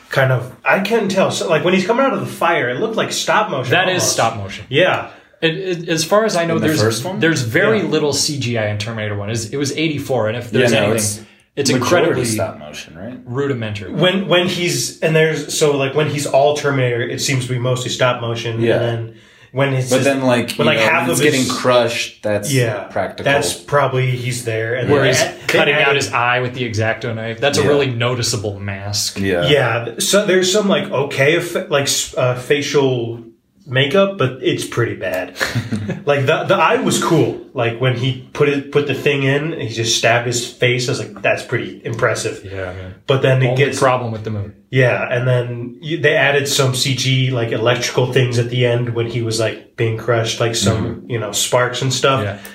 S2: kind of, I can tell. So, like when he's coming out of the fire, it looked like stop motion.
S1: that is
S2: almost.
S1: stop motion.
S2: Yeah.
S1: It, it- as far as I know,
S3: the
S1: there's
S3: first one?
S1: there's very
S2: Yeah.
S1: little CGI in Terminator One. It was, it was 84, and if there's
S3: Yeah, no,
S1: anything,
S3: it's
S1: it's,
S3: Majority
S1: incredibly
S3: stop motion, right?
S1: rudimentary.
S2: when when he's and there's so like when he's all Terminator, it seems to be mostly stop motion.
S3: Yeah.
S2: And then when it's
S3: But
S2: just-
S3: then, like, you
S2: when like
S3: know,
S2: half
S3: when
S2: of
S3: it's getting
S2: his-
S3: crushed. That's
S2: yeah
S3: practical.
S2: That's probably he's there. And
S1: Where
S2: then-
S1: he's
S2: and-
S1: cutting
S2: and-
S1: out his eye with the exacto knife. That's a
S3: Yeah.
S1: really noticeable mask.
S3: yeah,
S2: yeah. So there's some like okay eff- like s- uh, facial makeup, but it's pretty bad. like the the eye was cool. Like when he put it put the thing in, and he just stabbed his face. I was like, that's pretty impressive.
S1: Yeah, man.
S2: But then it
S1: Only
S2: gets
S1: problem with the movie.
S2: Yeah, and then you, they added some CG like electrical things at the end when he was like being crushed, like some you know sparks and stuff.
S1: Mm-hmm. Yeah.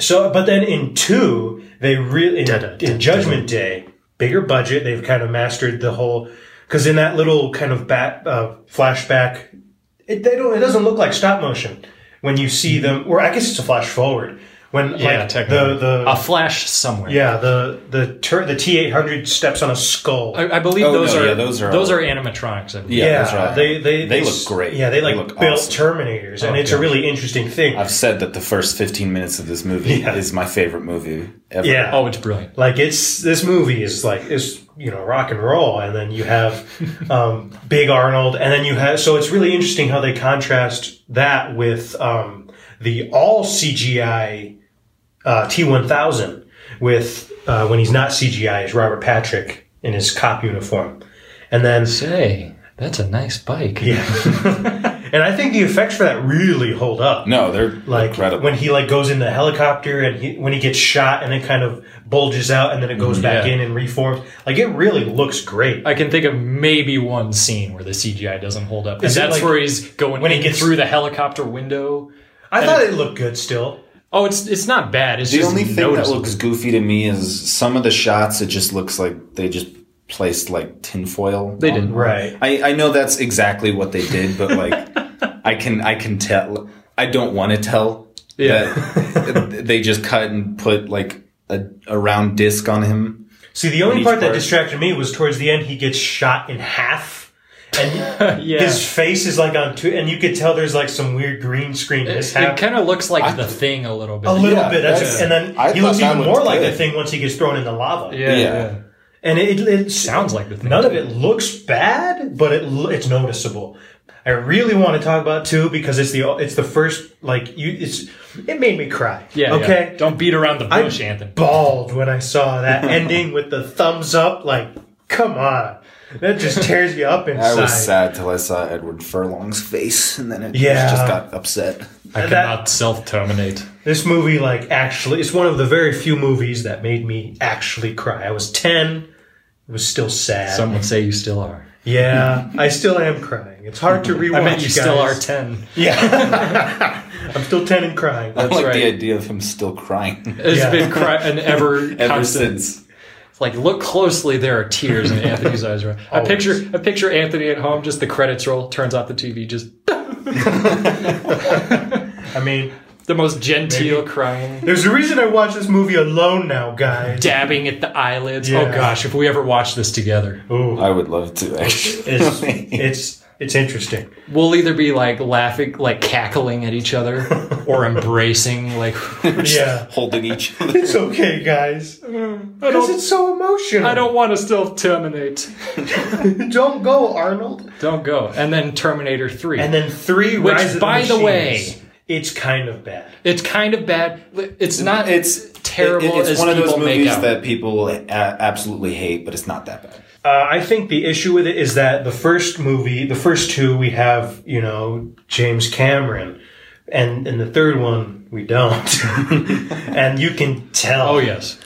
S2: So, but then in two, they really in, in Judgment Day, bigger budget. They've kind of mastered the whole because in that little kind of bat uh, flashback, it they don't it doesn't look like stop motion when you see them. Or I guess it's a flash forward when
S1: Yeah,
S2: like
S1: technically.
S2: the the
S1: a flash somewhere.
S2: yeah the the tur- the T eight hundred steps on a skull.
S1: I, I believe
S3: Oh,
S1: those,
S3: no,
S1: are,
S3: yeah, those are all-
S1: animatronics. I believe.
S3: Yeah,
S2: Yeah,
S3: that's right.
S2: they, they
S3: They
S2: s-
S3: look great.
S2: Yeah, they like
S3: They look
S2: built
S3: awesome. Oh,
S2: Terminators, and it's a
S1: gosh.
S2: really interesting thing.
S3: I've said that the first 15 minutes of this movie
S2: Yeah.
S3: is my favorite movie ever.
S2: yeah,
S1: Oh, it's brilliant.
S2: like it's this movie is like it's you know rock and roll, and then you have um, Big Arnold, and then you have so it's really interesting how they contrast that with um, the all CGI uh, T one thousand with uh, when he's not CGI is Robert Patrick in his cop uniform, and then
S1: Say, that's a nice bike.
S2: yeah, and I think the effects for that really hold up.
S3: No, they're
S2: like
S3: incredible.
S2: when he like goes in the helicopter and he, when he gets shot and it kind of bulges out and then it goes back
S1: Yeah.
S2: in and reforms like it really looks great
S1: I can think of maybe one scene where the CGI doesn't hold up.
S2: Is it
S1: and that's
S2: like
S1: where he's going
S2: when he
S1: in
S2: gets-
S1: through the helicopter window.
S2: i thought it looked good still
S1: Oh, it's it's not bad. It's
S3: the
S1: just
S3: only thing that
S1: noticeable.
S3: looks goofy to me is some of the shots. It just looks like they just placed like tinfoil.
S1: They did.
S2: right
S3: I, I know that's exactly what they did, but like I can I can tell. I don't want to tell.
S1: Yeah.
S3: That they just cut and put like a, a round disc on him.
S2: see the only
S3: each
S2: part that
S3: part-
S2: distracted me was towards the end he gets shot in half and
S1: Yeah.
S2: his face is like on two and you could tell there's like some weird green screen
S1: it
S2: mishap
S1: kind of looks like the thing a little bit.
S2: a little
S3: Yeah,
S2: bit that's
S3: that's-
S2: and then
S3: I
S2: he
S3: thought
S2: looks
S3: that
S2: even
S3: looked
S2: more like
S3: good.
S2: the thing once he gets thrown in the lava
S1: yeah,
S3: Yeah.
S1: yeah.
S2: and it, it
S1: Sounds like the thing.
S2: None of it looks bad, but it lo- it's noticeable. I really want to talk about two because it's the it's the first like you it's it made me cry.
S1: Yeah.
S2: Okay.
S1: yeah. Don't beat around the bush, Anthony.
S2: Bawled when I saw that ending with the thumbs up. Like, come on, that just tears you up
S3: I
S2: inside.
S3: was sad till I saw Edward Furlong's face, and then it
S2: Yeah.
S3: just got upset.
S1: I
S2: that-
S1: cannot self terminate.
S2: This movie, like, actually, it's one of the very few movies that made me actually cry. I was ten. It was still sad.
S1: Some would say you still are.
S2: yeah, I still am crying. It's hard to rewatch.
S1: I meant you still are
S2: guys.
S1: ten.
S2: I'm still ten and crying.
S3: I like
S1: right.
S3: the idea of him still crying
S1: It's
S2: Yeah.
S1: been cry- an ever
S3: ever
S1: constant
S3: since.
S1: like look closely there are tears in anthony's eyes right i picture i picture anthony at home just the credits roll turns off the tv just
S2: I mean,
S1: the most genteel crying
S2: There's a reason I watch this movie alone now, guys.
S1: dabbing at the eyelids oh
S2: Yeah.
S1: gosh if we ever watch this together
S2: Ooh,
S3: I would love to actually.
S2: it's, it's it's interesting.
S1: we'll either be like laughing like cackling at each other or embracing like
S2: Yeah,
S3: holding each other.
S2: it's okay, guys. Because
S1: don't-
S2: it's so emotional.
S1: i don't want to still terminate
S2: don't go, Arnold.
S1: don't go and then terminator 3
S2: And then three.
S1: Which,
S2: Rise of the
S1: by the
S2: Machines.
S1: way-
S2: it's kind of bad.
S1: it's kind of bad it's not
S3: It's
S1: terrible
S3: it- it- it's
S1: as
S3: one of those
S1: people make
S3: movies
S1: out.
S3: that people uh, absolutely hate, but it's not that bad.
S2: Uh, I think the issue with it is that the first movie, the first two, we have you know James Cameron, and and the third one we don't, and you can tell.
S1: oh yes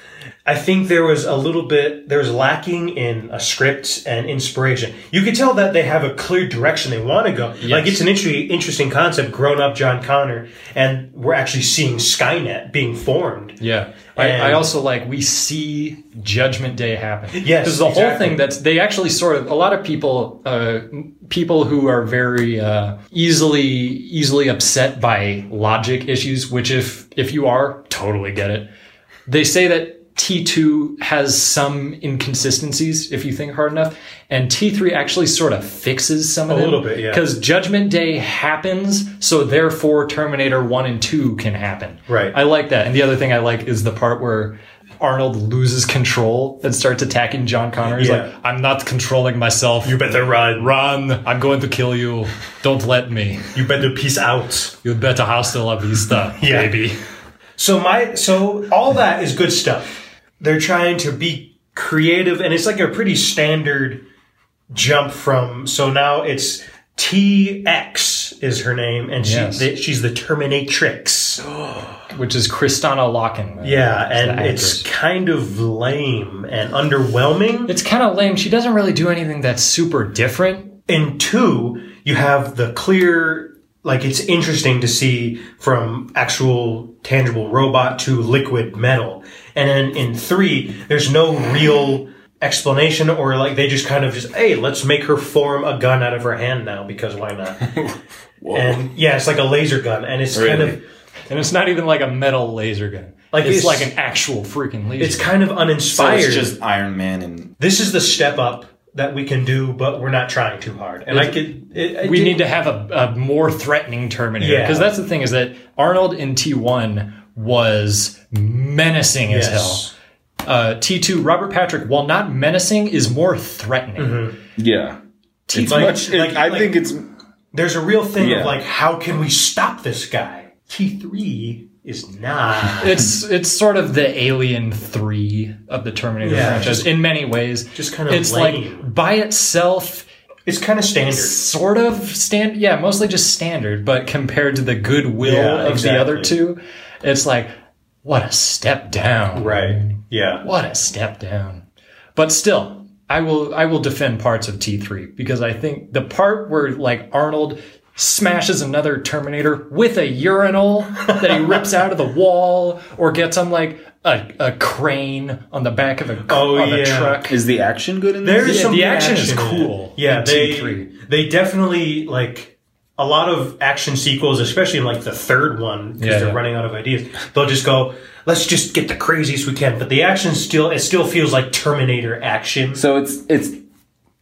S2: I think there was a little bit there was lacking in a script and inspiration. You could tell that they have a clear direction they want to go. Like it's an interesting interesting concept, grown up John Connor, and we're actually seeing Skynet being formed.
S1: Yeah. I,
S2: And-
S1: I also like we see Judgment Day happen.
S2: Yes,
S1: because the whole
S2: exactly.
S1: thing that's they actually sort of a lot of people uh, people who are very uh, easily easily upset by logic issues, which if if you are totally get it, they say that T2 has some inconsistencies if you think hard enough, and T3 actually sort of fixes some of
S2: A
S1: them.
S2: little bit, yeah.
S1: Because Judgment Day happens, so therefore Terminator 1 and 2 can happen.
S2: Right.
S1: I like that. And the other thing I like is the part where Arnold loses control and starts attacking John Connor. He's
S2: Yeah.
S1: like, I'm not controlling myself. You
S2: better run.
S1: run. I'm going to kill you. Don't let me.
S2: You better peace out.
S1: You'd better hasta la vista,
S2: Yeah.
S1: baby.
S2: So my so all that is good stuff. They're trying to be creative and it's like a pretty standard jump from so now it's TX is her name and she
S1: Yes.
S2: the, she's the Terminatrix.
S1: Which is Kristana Loken.
S2: Yeah, and
S1: the
S2: it's
S1: actress.
S2: kind of lame and underwhelming.
S1: It's kind of lame. She doesn't really do anything that's super different.
S2: In 2, you have the clear like it's interesting to see from actual tangible robot to liquid metal. And then in 3, there's no real explanation or like they just kind of just hey, let's make her form a gun out of her hand now because why not? and yeah, it's like a laser gun and it's kind
S3: Really?
S2: of
S1: And it's not even like a metal laser gun. Like
S2: Like,
S1: it's,
S2: it's-
S1: like an actual freaking laser.
S2: it's kind of
S3: So
S2: uninspired.
S3: it's just Iron Man and
S2: this is the step up that we can do, but we're not trying too hard. And I could. It, I
S1: we
S2: did-
S1: need to have a, a more threatening Terminator.
S2: Yeah.
S1: Because that's the thing is that Arnold in T1 was menacing as hell.
S2: Yes.
S1: Uh, T2, Robert Patrick, while not menacing, is more threatening.
S2: Mm-hmm.
S3: yeah.
S1: T3,
S2: like-
S3: Much, it-
S2: like-
S3: I
S2: like-
S3: think it's
S2: There's a real thing
S3: Yeah.
S2: of like, how can we stop this guy? T three is not.
S1: it's it's sort of the Alien Three of the Terminator
S2: Yeah,
S1: franchise
S2: just-
S1: in many ways.
S2: just kind of
S1: it's
S2: lame.
S1: like by itself,
S2: It's kind of standard.
S1: sort of stand. Yeah, mostly just standard, but compared to the goodwill
S2: Yeah,
S1: of the other
S2: exactly.
S1: two, it's like what a step down.
S2: Right. Yeah.
S1: What a step down. But still, I will I will defend parts of T3 because I think the part where like Arnold smashes another Terminator with a urinal that he rips out of the wall or gets on like a, a crane on the back of a,
S2: Oh,
S1: of a
S2: yeah.
S1: truck.
S3: is the action good in
S2: There is
S3: this?
S1: Yeah,
S2: some
S1: the
S2: good
S1: action is
S2: in it.
S1: cool
S2: Yeah.
S1: in
S2: They
S1: T3.
S2: they definitely like a lot of action sequels, especially in like the third one, because
S1: Yeah,
S2: they're
S1: yeah.
S2: running out of ideas. They'll just go, let's just get the craziest we can. But the action still it still feels like Terminator action.
S3: So it's it's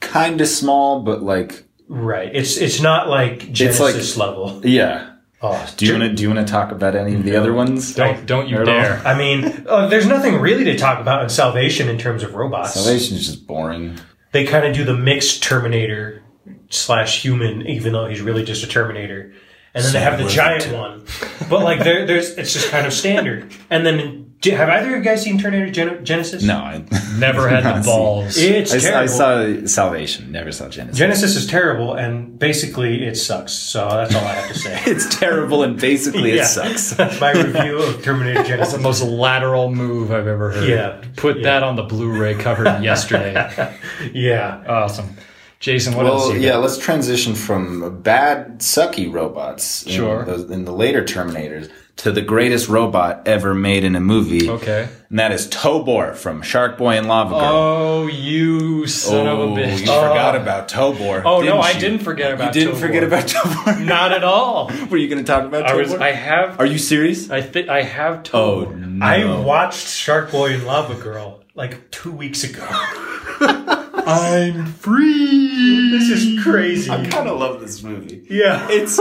S3: kind of small, but like
S2: Right. It's it's not like
S3: like-
S2: Genesis level.
S3: yeah.
S2: Oh,
S3: Do you want to do you want to talk about any of the other ones?
S1: Don't don't you
S3: Not at all.
S1: dare.
S2: I mean, uh, there's nothing really to talk about in Salvation in terms of robots.
S3: Salvation is just boring.
S2: They kind of do the mixed Terminator slash human, even though he's really just a Terminator. And then they have the giant one, but like there, there's it's just kind of standard. And then do- have either of you guys seen Terminator Gen- Genesis?
S3: No, I
S1: Never had the
S3: Nazi.
S1: balls.
S2: it's
S3: I, s-
S2: terrible.
S3: I saw Salvation, never saw Genesis.
S2: Genesis is terrible, and basically it sucks. So that's all I have to say.
S3: it's terrible and basically
S2: Yeah.
S3: it sucks.
S2: My review of Terminator Genesis.
S1: the most lateral move I've ever heard.
S2: Yeah.
S1: Put
S2: Yeah.
S1: that on the Blu-ray cover yesterday.
S2: Yeah,
S1: awesome. Jason, what else
S3: Well,
S1: you
S3: yeah,
S1: got?
S3: let's transition from bad, sucky robots in,
S1: Sure.
S3: those, in the later Terminators to the greatest robot ever made in a movie.
S1: Okay.
S3: And that is Tobor from Shark Boy and Lava Girl.
S1: Oh, you son of a bitch.
S3: Oh,
S1: Uh,
S3: you forgot about Tobor.
S1: Oh, no,
S3: didn't
S1: I
S3: you?
S1: didn't forget
S3: You
S1: about
S3: didn't
S1: Tobor.
S3: forget about Tobor.
S1: Not at all.
S3: Were you going to talk about
S1: I
S3: Tobor?
S1: was. I have.
S3: Are you serious?
S1: I think I have. Tobor.
S3: oh, no.
S2: I watched Shark Boy and Lava Girl like two weeks ago.
S1: I'm
S3: free.
S2: This is crazy.
S3: I kind of love this movie.
S2: Yeah.
S3: It's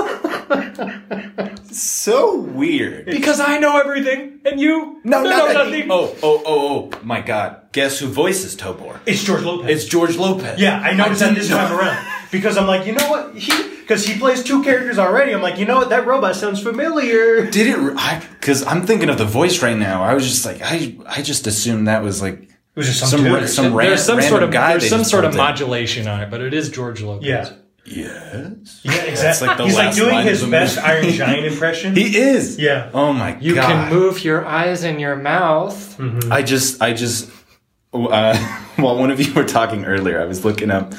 S3: so weird.
S1: because I know everything, and you.
S3: No,
S1: no,
S3: not
S1: no
S3: that-
S1: nothing.
S3: Oh, oh, oh, oh, my God. Guess who voices Tobor?
S2: It's George Lopez.
S3: It's George Lopez.
S2: yeah, I noticed that
S3: didn't
S2: this
S3: know.
S2: time around. Because I'm like, you know what? He because he plays two characters already. I'm like, you know what? That robot sounds familiar.
S3: Did it? Because I'm thinking of the voice right now. I was just like, I, I just assumed that was like
S2: was just
S3: some ra- some, ran-
S1: there's some
S3: random
S1: sort of
S3: guy.
S1: there's
S3: they
S1: some
S3: just
S1: sort of
S3: pulled in.
S1: modulation on it, but it is George Lopez.
S2: Yeah.
S3: Yes,
S2: Yeah, exactly.
S3: like the
S2: He's like
S3: last
S2: doing
S3: line
S2: his
S3: of the
S2: best
S3: movie.
S2: Iron Giant impression.
S3: he is.
S2: Yeah.
S3: Oh my
S1: You
S3: god.
S1: can move your eyes and your mouth.
S3: I just, I just, uh, while one of you were talking earlier, I was looking up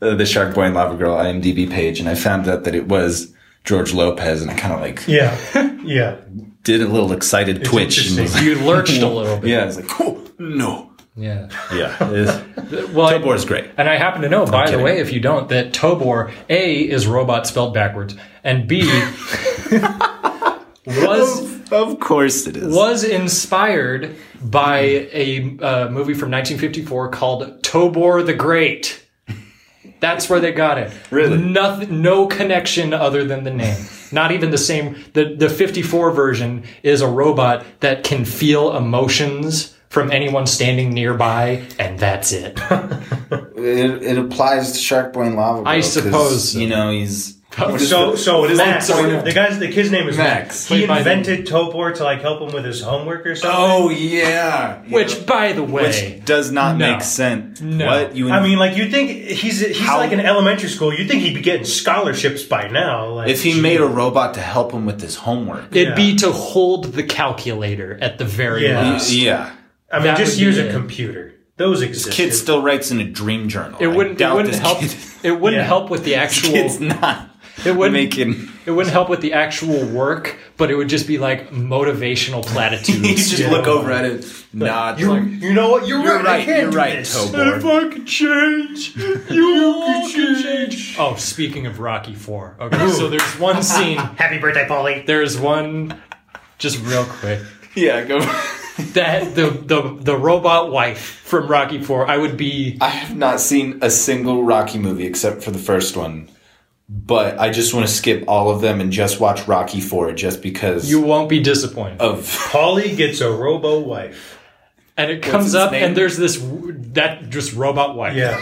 S3: uh, the Shark Boy and Lava Girl IMDb page, and I found out that it was George Lopez, and I kind of like
S2: yeah. Yeah.
S3: did a little excited twitch. And
S2: interesting.
S3: was like,
S1: You lurched a little bit.
S3: yeah, I was like, oh, no.
S1: Yeah.
S3: Yeah, it's,
S1: Well, I-
S3: Tobor's great.
S1: And I happen to know, by the
S3: kidding.
S1: way, if you don't, that Tobor A is robot spelled backwards, and B was
S3: Of course it is.
S1: was inspired by a uh, movie from 1954 called Tobor the Great. That's where they got it.
S3: Really?
S1: Nothing, no connection other than the name. Not even the same. The, the 54 version is a robot that can feel emotions from anyone standing nearby, and that's it.
S3: It, it applies to Shark Boy and Lava. Girl, 'cause,
S1: suppose so. Oh,
S3: you know he's.
S2: So, so
S1: What is
S2: Max,
S1: that point?
S2: the guy's, the kid's name is Max.
S3: Max.
S2: He
S1: Played by the-
S2: invented Topor to like help him with his homework or something.
S3: Oh yeah. Yeah.
S1: Which, by the way,
S3: which does not
S1: No.
S3: make sense.
S1: No.
S3: What you?
S2: I mean, like you think he's he's
S3: How-
S2: like in elementary school. You think he'd be getting scholarships by now? Like,
S3: if he made a robot to help him with his homework.
S1: it'd be to hold the calculator at the very
S2: Yeah.
S1: least.
S3: yeah.
S2: I mean,
S1: that
S2: just
S1: would be
S2: use
S1: it.
S2: a computer. Those exist.
S3: Kid still writes in a dream journal.
S1: It
S3: I
S1: wouldn't. It
S3: doubt
S1: wouldn't
S3: this
S1: help.
S3: Kid,
S1: It wouldn't
S2: Yeah.
S1: help with the actual.
S3: kid's not.
S1: It wouldn't
S3: making.
S1: It wouldn't help with the actual work, but it would just be like motivational
S3: You
S1: platitudes.
S3: just look over at it, nod.
S2: You,
S3: like,
S2: you know what? You're,
S3: You're
S2: right. I
S3: right.
S2: can't
S3: You're
S2: do
S3: right,
S2: this.
S3: Tobor.
S1: I could change, you could change. Oh, speaking of Rocky Four, okay, so there's one scene.
S2: Happy birthday, Polly.
S1: There is one, just real quick.
S3: Yeah, go.
S1: That the the the robot wife from Rocky Four. I would be.
S3: I have not seen a single Rocky movie except for the first one, but I just want to skip all of them and just watch Rocky Four just because
S1: You won't be disappointed.
S3: of.
S2: Polly gets a robo wife.
S1: and it comes
S3: its
S1: up,
S3: name?
S1: and there's this w- that just robot wife.
S2: Yeah.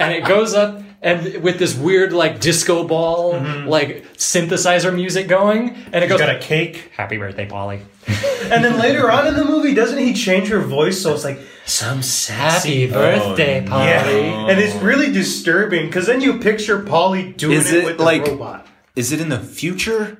S1: and it goes up and with this weird like disco ball like synthesizer music going and it goes
S2: Got a cake.
S1: happy birthday polly
S2: And then later on in the movie, doesn't he change her voice? So it's like some sassy.
S1: happy Oh, birthday polly
S2: Yeah.
S3: Oh.
S2: And it's really disturbing because then you picture Polly doing
S3: Is
S2: it,
S3: it
S2: with
S3: like-
S2: the robot.
S3: Is it in the future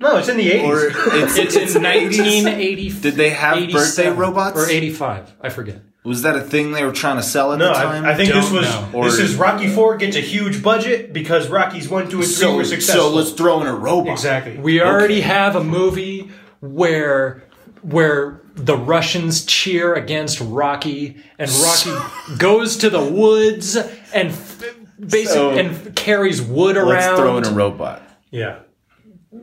S2: No, it's in the
S3: or
S2: eighties.
S3: it's,
S1: it's in 1980
S3: Did they have birthday
S1: 87
S3: robots?
S1: or 85 i forget
S3: Was that a thing they were trying to sell at
S2: No,
S3: the time?
S2: I, I think this
S1: Don't
S2: was
S1: know.
S2: this
S3: Or-
S2: is Rocky Four gets a huge budget because Rockies one, two, and three
S3: so.
S2: were successful.
S3: So let's throw in a robot.
S2: exactly.
S1: we already have a movie where where the russians cheer against rocky and rocky goes to the woods and f- basically
S3: So-
S1: and carries wood around
S3: Let's throw in a robot.
S2: yeah,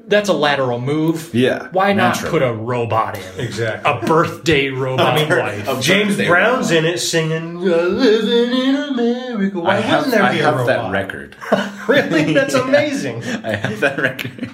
S1: that's a lateral move.
S3: Yeah,
S1: Why not
S3: natural.
S1: put a robot in?
S2: Exactly.
S1: A birthday robot wife.
S2: James
S3: birthday
S2: Brown's in it singing "We're "Living in America." Why
S3: I have,
S2: wouldn't there
S3: I
S2: be a
S3: have
S2: robot?
S3: that record.
S2: Really, that's amazing.
S3: I have that record.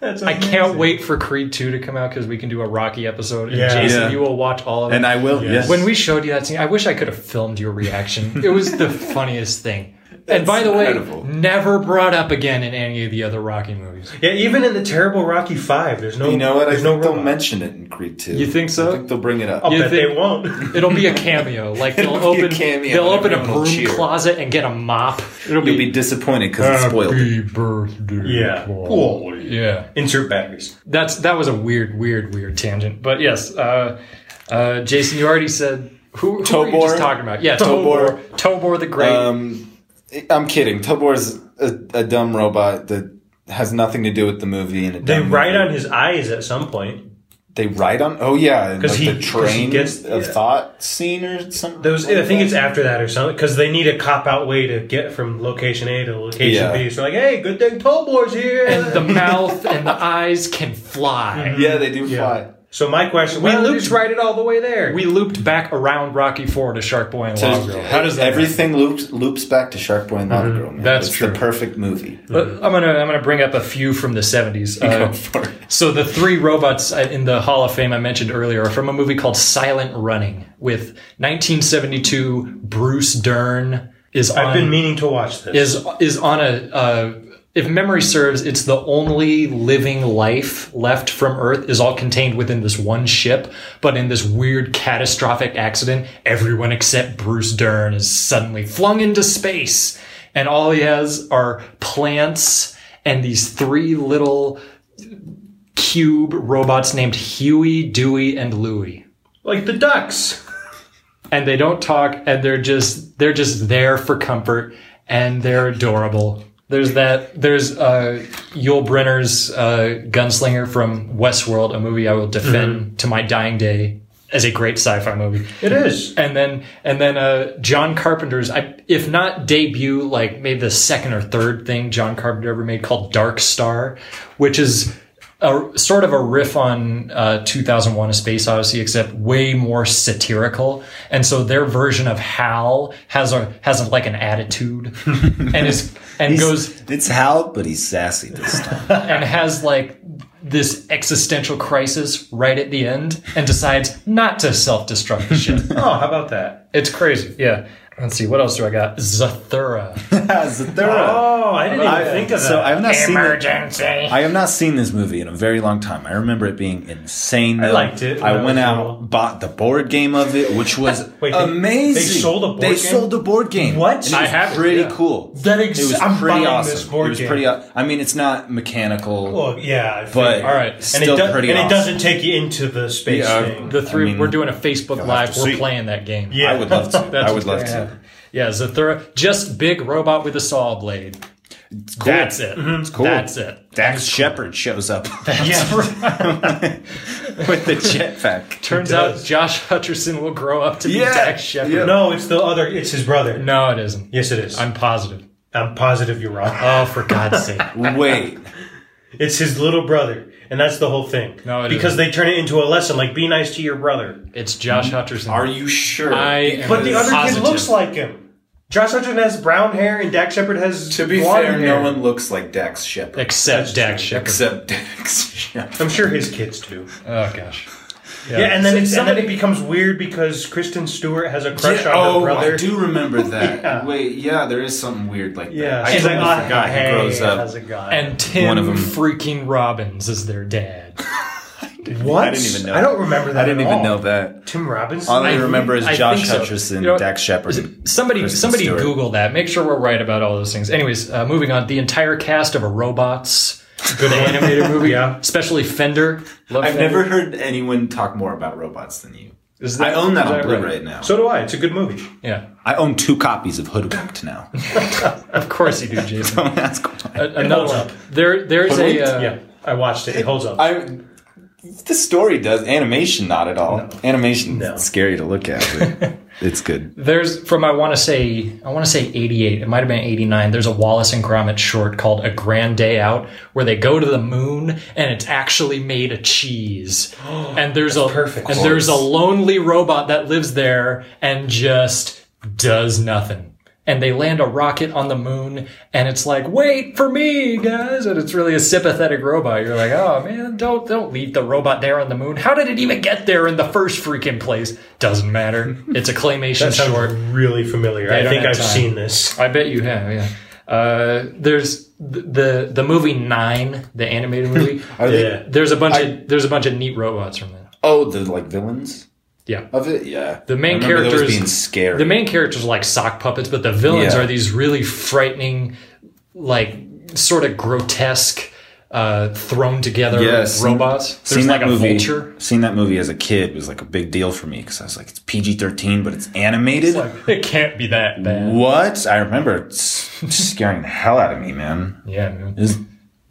S2: That's
S1: I
S2: amazing.
S1: can't wait for Creed 2 to come out because we can do a Rocky episode. And
S2: Yeah.
S1: Jason,
S3: Yeah.
S1: you will watch all of it.
S3: And I will, yes.
S1: when we showed you that scene, I wish I could have filmed your reaction. it was the funniest thing. and by the
S3: incredible.
S1: way, never brought up again in any of the other Rocky movies.
S2: Yeah, even in the terrible Rocky Five, there's no.
S3: you know what? I
S2: There's
S3: think
S2: no
S3: they'll
S2: robot.
S3: mention it in Creed 2.
S1: You think so?
S3: I think they'll bring it up.
S2: I'll
S1: You
S2: bet
S1: think-
S2: they won't.
S1: It'll be a cameo. Like they'll
S3: It'll be a
S1: open,
S3: cameo
S1: they'll
S3: and
S1: open a
S3: everyone will
S1: broom
S3: cheer.
S1: closet and get a mop. It'll
S3: You'll be disappointed because it spoiled it.
S1: Happy birthday.
S2: yeah.
S1: Paul. Yeah.
S2: Insert batteries.
S1: that's that was a weird, weird, weird tangent. But yes, uh, uh, Jason, you already said who, who were you
S3: Tobor.
S1: just talking about? Yeah,
S3: Tobor.
S1: Tobor, Tobor the Great.
S3: Um, I'm kidding. Tobor's a, a dumb robot that has nothing to do with the movie. And a
S2: They
S3: dumb
S2: write
S3: movie.
S2: on his eyes at some point.
S3: They ride on. Oh yeah, and,
S2: 'Cause
S3: like
S2: he-
S3: the
S2: 'cause he
S3: train
S2: gets-
S3: of
S2: yeah.
S3: thought scene or something.
S2: There was,
S3: like
S2: I think
S3: that.
S2: it's after that or something, because they need a cop out way to get from location A to location
S3: Yeah.
S2: B. So like, hey, good thing Tollboy's here.
S1: and the mouth and the eyes can fly.
S3: Yeah, they do fly.
S2: so my question, we
S1: looped-
S2: just write it all the way there.
S1: We looped back around Rocky Four to Shark Boy and Lava Girl. How does that?
S3: everything loops loops back to Shark Boy and
S2: Mm-hmm.
S3: Lava Girl? Man.
S1: That's
S3: it's
S1: true.
S3: the perfect movie.
S1: Uh, I'm gonna I'm gonna bring up a few from the 70s. Uh,
S3: Go for it.
S1: so the three robots uh, in the Hall of Fame I mentioned earlier are from a movie called Silent Running with 1972 Bruce Dern is on
S2: I've been meaning to watch this.
S1: is is on a uh, if memory serves, it's the only living life left from Earth is all contained within this one ship. But in this weird catastrophic accident, everyone except Bruce Dern is suddenly flung into space, and all he has are plants and these three little cube robots named Huey, Dewey, and Louie
S2: like the ducks.
S1: and they don't talk and they're just they're just there for comfort and they're adorable there's that there's uh yul brenner's uh gunslinger from westworld a movie i will defend to my dying day as a great sci-fi movie
S2: It is.
S1: and then and then uh john carpenter's I, if not debut like maybe the second or third thing john carpenter ever made called dark star which is a sort of a riff on uh, 2001: A Space Odyssey, except way more satirical. And so their version of Hal has a has like an attitude, and is and
S3: He's-
S1: goes
S3: It's Hal, but he's sassy this time.
S1: and has like this existential crisis right at the end and decides not to self-destruct the ship.
S2: Oh, how about that?
S1: it's crazy. Yeah. Let's see. What else do I got? Zathura.
S3: Zathura.
S2: Oh, I didn't even think of that.
S3: So I have not seen it.
S1: Emergency.
S3: I have not seen this movie in a very long time. I remember it being insane. I
S2: liked it when I
S3: I
S2: was
S3: went
S2: little.
S3: out, bought the board game of it, which was
S2: Wait, they-
S3: amazing.
S2: they sold a board
S3: They
S2: game?
S3: sold a board game.
S2: What?
S3: And it
S2: I
S3: was
S1: have it,
S3: pretty
S1: yeah.
S3: cool.
S2: That ex-
S3: it was
S2: I'm
S3: pretty
S2: buying
S3: awesome.
S2: this board
S3: it was
S2: game. Oh,
S3: pretty. au- I mean, it's not mechanical.
S2: Well, yeah, I think-
S3: But
S2: all right,
S3: still
S2: and it, does,
S3: pretty
S2: and it
S3: awesome.
S2: doesn't take you into the space
S3: Yeah,
S2: thing.
S1: The three.
S3: I mean,
S1: we're doing a Facebook
S3: have
S1: Live.
S3: to
S1: We're
S3: see.
S1: playing that game.
S2: Yeah.
S3: I would love to.
S1: That's
S3: I would love
S1: what's gonna
S3: to.
S1: happen. Yeah, Zathura. Just big robot with a saw blade.
S3: Cool. Mm-hmm.
S1: That's it.
S3: cool.
S1: That's it.
S3: Dax Shepard shows up
S2: yeah,
S3: with the jetpack.
S1: Turns out Josh Hutcherson will grow up to be
S3: Yeah.
S1: Dax Shepard.
S3: Yeah.
S2: no, it's the other. It's his brother.
S1: No, it isn't.
S2: Yes, it is. I'm,
S1: I'm positive.
S2: I'm positive you're wrong.
S1: Oh, for God's sake.
S3: Wait.
S2: It's his little brother, and that's the whole thing.
S1: No, it
S2: because
S1: isn't.
S2: they turn it into a lesson, like be nice to your brother.
S1: It's Josh Hutcherson.
S3: Mm-hmm. Are you sure?
S1: I-
S3: Because-
S2: But the other
S1: Positive.
S2: kid looks like him. Josh Hutcherson has brown hair, and Dak Shepard has
S3: To be
S2: blonde
S3: fair,
S2: hair.
S3: no one looks like Dax Shepard
S1: Except Dax Shepard.
S3: except Dax Shepard.
S2: I'm sure his kids do.
S1: Oh gosh.
S2: Yeah, and then it's,
S1: somebody-
S2: and then it becomes weird because Kristen Stewart has a crush on her
S3: oh,
S2: brother.
S3: I do remember that. Wait, yeah, there is something weird like
S2: Yeah,
S3: that. I
S2: she's
S3: totally
S1: "Ah,
S2: like, oh,
S3: forgot he
S2: hey,
S3: grows
S2: how's
S3: up.
S2: it going?
S1: and Tim
S3: One of 'em.
S1: freaking Robbins is their dad.
S2: what?
S3: I didn't even know
S2: I don't
S3: that.
S2: remember that.
S3: I didn't
S2: at
S3: even
S2: all.
S3: know that.
S2: Tim Robbins.
S3: All I,
S1: I-
S3: remember is
S1: I
S3: Josh
S1: think so.
S3: Hutcherson,
S1: You know,
S3: Dax Shepard. and
S1: Somebody,
S3: Kristen
S1: somebody,
S3: Stewart.
S1: Google that. Make sure we're right about all those things. Anyways, uh, moving on. The entire cast of a robots, good animated movie,
S2: Yeah.
S1: especially Fender. Love
S3: I've
S1: Fender.
S3: never heard anyone talk more about robots than you.
S1: Is that-
S3: I own that
S1: is
S3: on
S1: that
S3: Blu-ray
S1: right?
S3: now.
S2: so do I. It's a good movie.
S1: Yeah,
S3: I own two copies of Hoodwinked now.
S1: of course you do, Jason.
S3: Don't ask why.
S1: A- Another
S2: holds
S1: one.
S2: up.
S1: There, there's a. Uh,
S2: Yeah, I watched it. It holds up.
S3: I the story does animation not at all. Animation scary to look at. But it's good.
S1: There's from I want to say I want to say 88. It might have been 89. There's a Wallace and Gromit short called A Grand Day Out where they go to the moon and it's actually made of cheese. And there's a
S2: perfect.
S1: and there's a lonely robot that lives there and just does nothing. And they land a rocket on the moon and it's like, "Wait for me, guys." And it's really a sympathetic robot. You're like, "Oh, man, don't don't leave the robot there on the moon. How did it even get there in the first freaking place?" Doesn't matter. It's a claymation
S2: That sounds
S1: short.
S2: really familiar. I
S1: don't
S2: think
S1: have
S2: I've
S1: time.
S2: seen this.
S1: I bet you have, yeah. Uh, there's th- the the movie Nine, the animated movie.
S2: Yeah.
S1: there's a bunch of there's a bunch of neat robots from that.
S3: Oh, the like villains
S1: Yeah,
S3: of it. Yeah,
S1: the
S3: I
S1: main
S3: remember those
S1: characters
S3: being scary.
S1: The main characters are like sock puppets, but the villains
S3: Yeah.
S1: are these really frightening, like sort of grotesque, uh, thrown together
S3: Yes.
S1: robots. There's like a vulture.
S3: Seeing that movie as a kid was like a big deal for me because I was like, it's PG thirteen, but it's animated.
S1: It can't be that bad.
S3: what? I remember it s- scaring the hell out of me, man.
S1: Yeah, man.
S3: It was,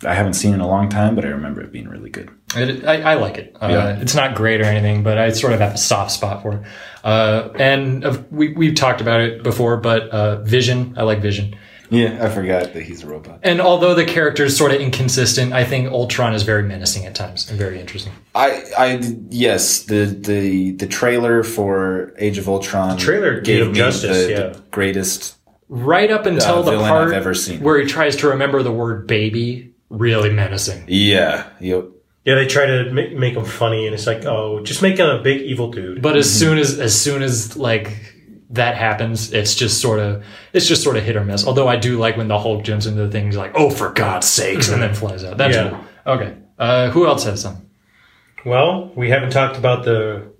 S3: I haven't seen it in a long time, but I remember it being really good.
S1: It, I, I like it. Uh,
S3: Yeah.
S1: It's not great or anything, but I sort of have a soft spot for it. Uh, and uh, we, we've talked about it before, but uh, Vision, I like Vision.
S3: Yeah, I forgot that he's a robot.
S1: And although the character is sort of inconsistent, I think Ultron is very menacing at times and very interesting.
S3: I, I, yes, the the the trailer for Age of Ultron
S2: trailer did him justice,
S3: the,
S2: yeah.
S3: the greatest.
S1: Right up until
S3: Uh,
S1: the
S3: villain
S1: part
S3: I've ever seen.
S1: where he tries to remember the word baby, really menacing.
S3: Yeah, yep.
S2: Yeah, they try to make, make him funny, and it's like, oh, just make him a big evil dude.
S1: But as soon as as soon as like that happens, it's just sort of it's just sort of hit or miss. Although I do like when the Hulk jumps into the thing, he's like, "Oh, for God's sakes!" and then flies out. That's
S2: Mm-hmm. Yeah.
S1: cool. Okay. Uh, who else has some?
S2: well, we haven't talked about the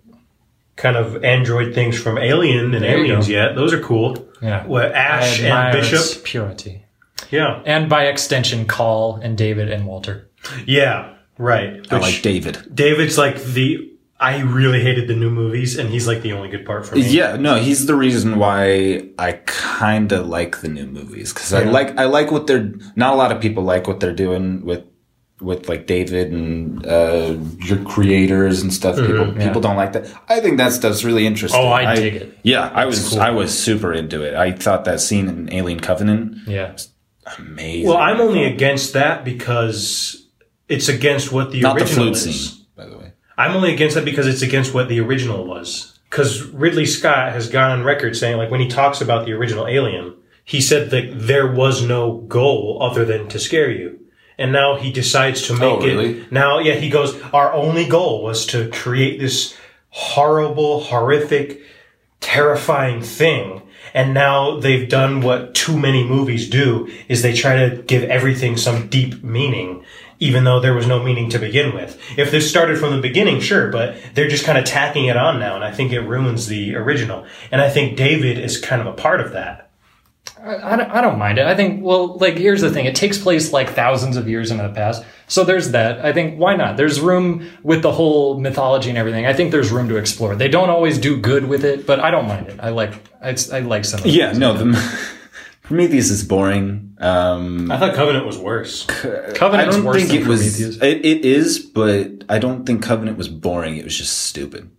S2: kind of android things from Alien and
S1: There you
S2: Aliens
S1: go.
S2: yet. Those are cool.
S1: Yeah.
S2: Well, Ash and
S1: Admire its
S2: Bishop.
S1: purity,
S2: Yeah,
S1: and by extension, Call and David and Walter.
S2: yeah, right.
S3: I
S2: Which-
S3: like David.
S2: David's like the. I really hated the new movies, and he's like the only good part for me.
S3: Yeah, no, he's the reason why I kind of like the new movies because I like I like what they're. Not a lot of people like what they're doing with with like David and uh, your creators and stuff. people people don't like that. I think that stuff's really interesting.
S1: Mm-hmm, Oh, I dig it.
S3: Yeah, I was I was super into it. I thought that scene in Alien Covenant
S1: Yeah.
S3: amazing.
S2: Well, I'm only against that because it's against what the
S3: Not the
S2: original
S3: flute
S2: is.
S3: scene, by the way.
S2: I'm only against that because it's against what the original was. Because Ridley Scott has gone on record saying, like, when he talks about the original Alien, he said that there was no goal other than to scare you. And now he decides to make
S3: Oh, really?
S2: it. Now, yeah, he goes, our only goal was to create this horrible, horrific, terrifying thing. And now they've done what too many movies do is they try to give everything some deep meaning, even though there was no meaning to begin with. If this started from the beginning, sure, but they're just kind of tacking it on now. And I think it ruins the original. And I think David is kind of a part of that.
S1: I don't, I don't mind it. I think, well, like, here's the thing. It takes place like thousands of years into the past. So there's that. I think, why not? There's room with the whole mythology and everything. I think there's room to explore. They don't always do good with it, but I don't mind it. I like, it's, I like some of it.
S3: Yeah, no, the, Prometheus is boring. Um,
S2: I thought Covenant was worse.
S3: I
S1: Covenant's
S3: don't
S1: worse
S3: think
S1: than
S3: it was.
S1: Prometheus.
S3: It, it is, but I don't think Covenant was boring. It was just stupid.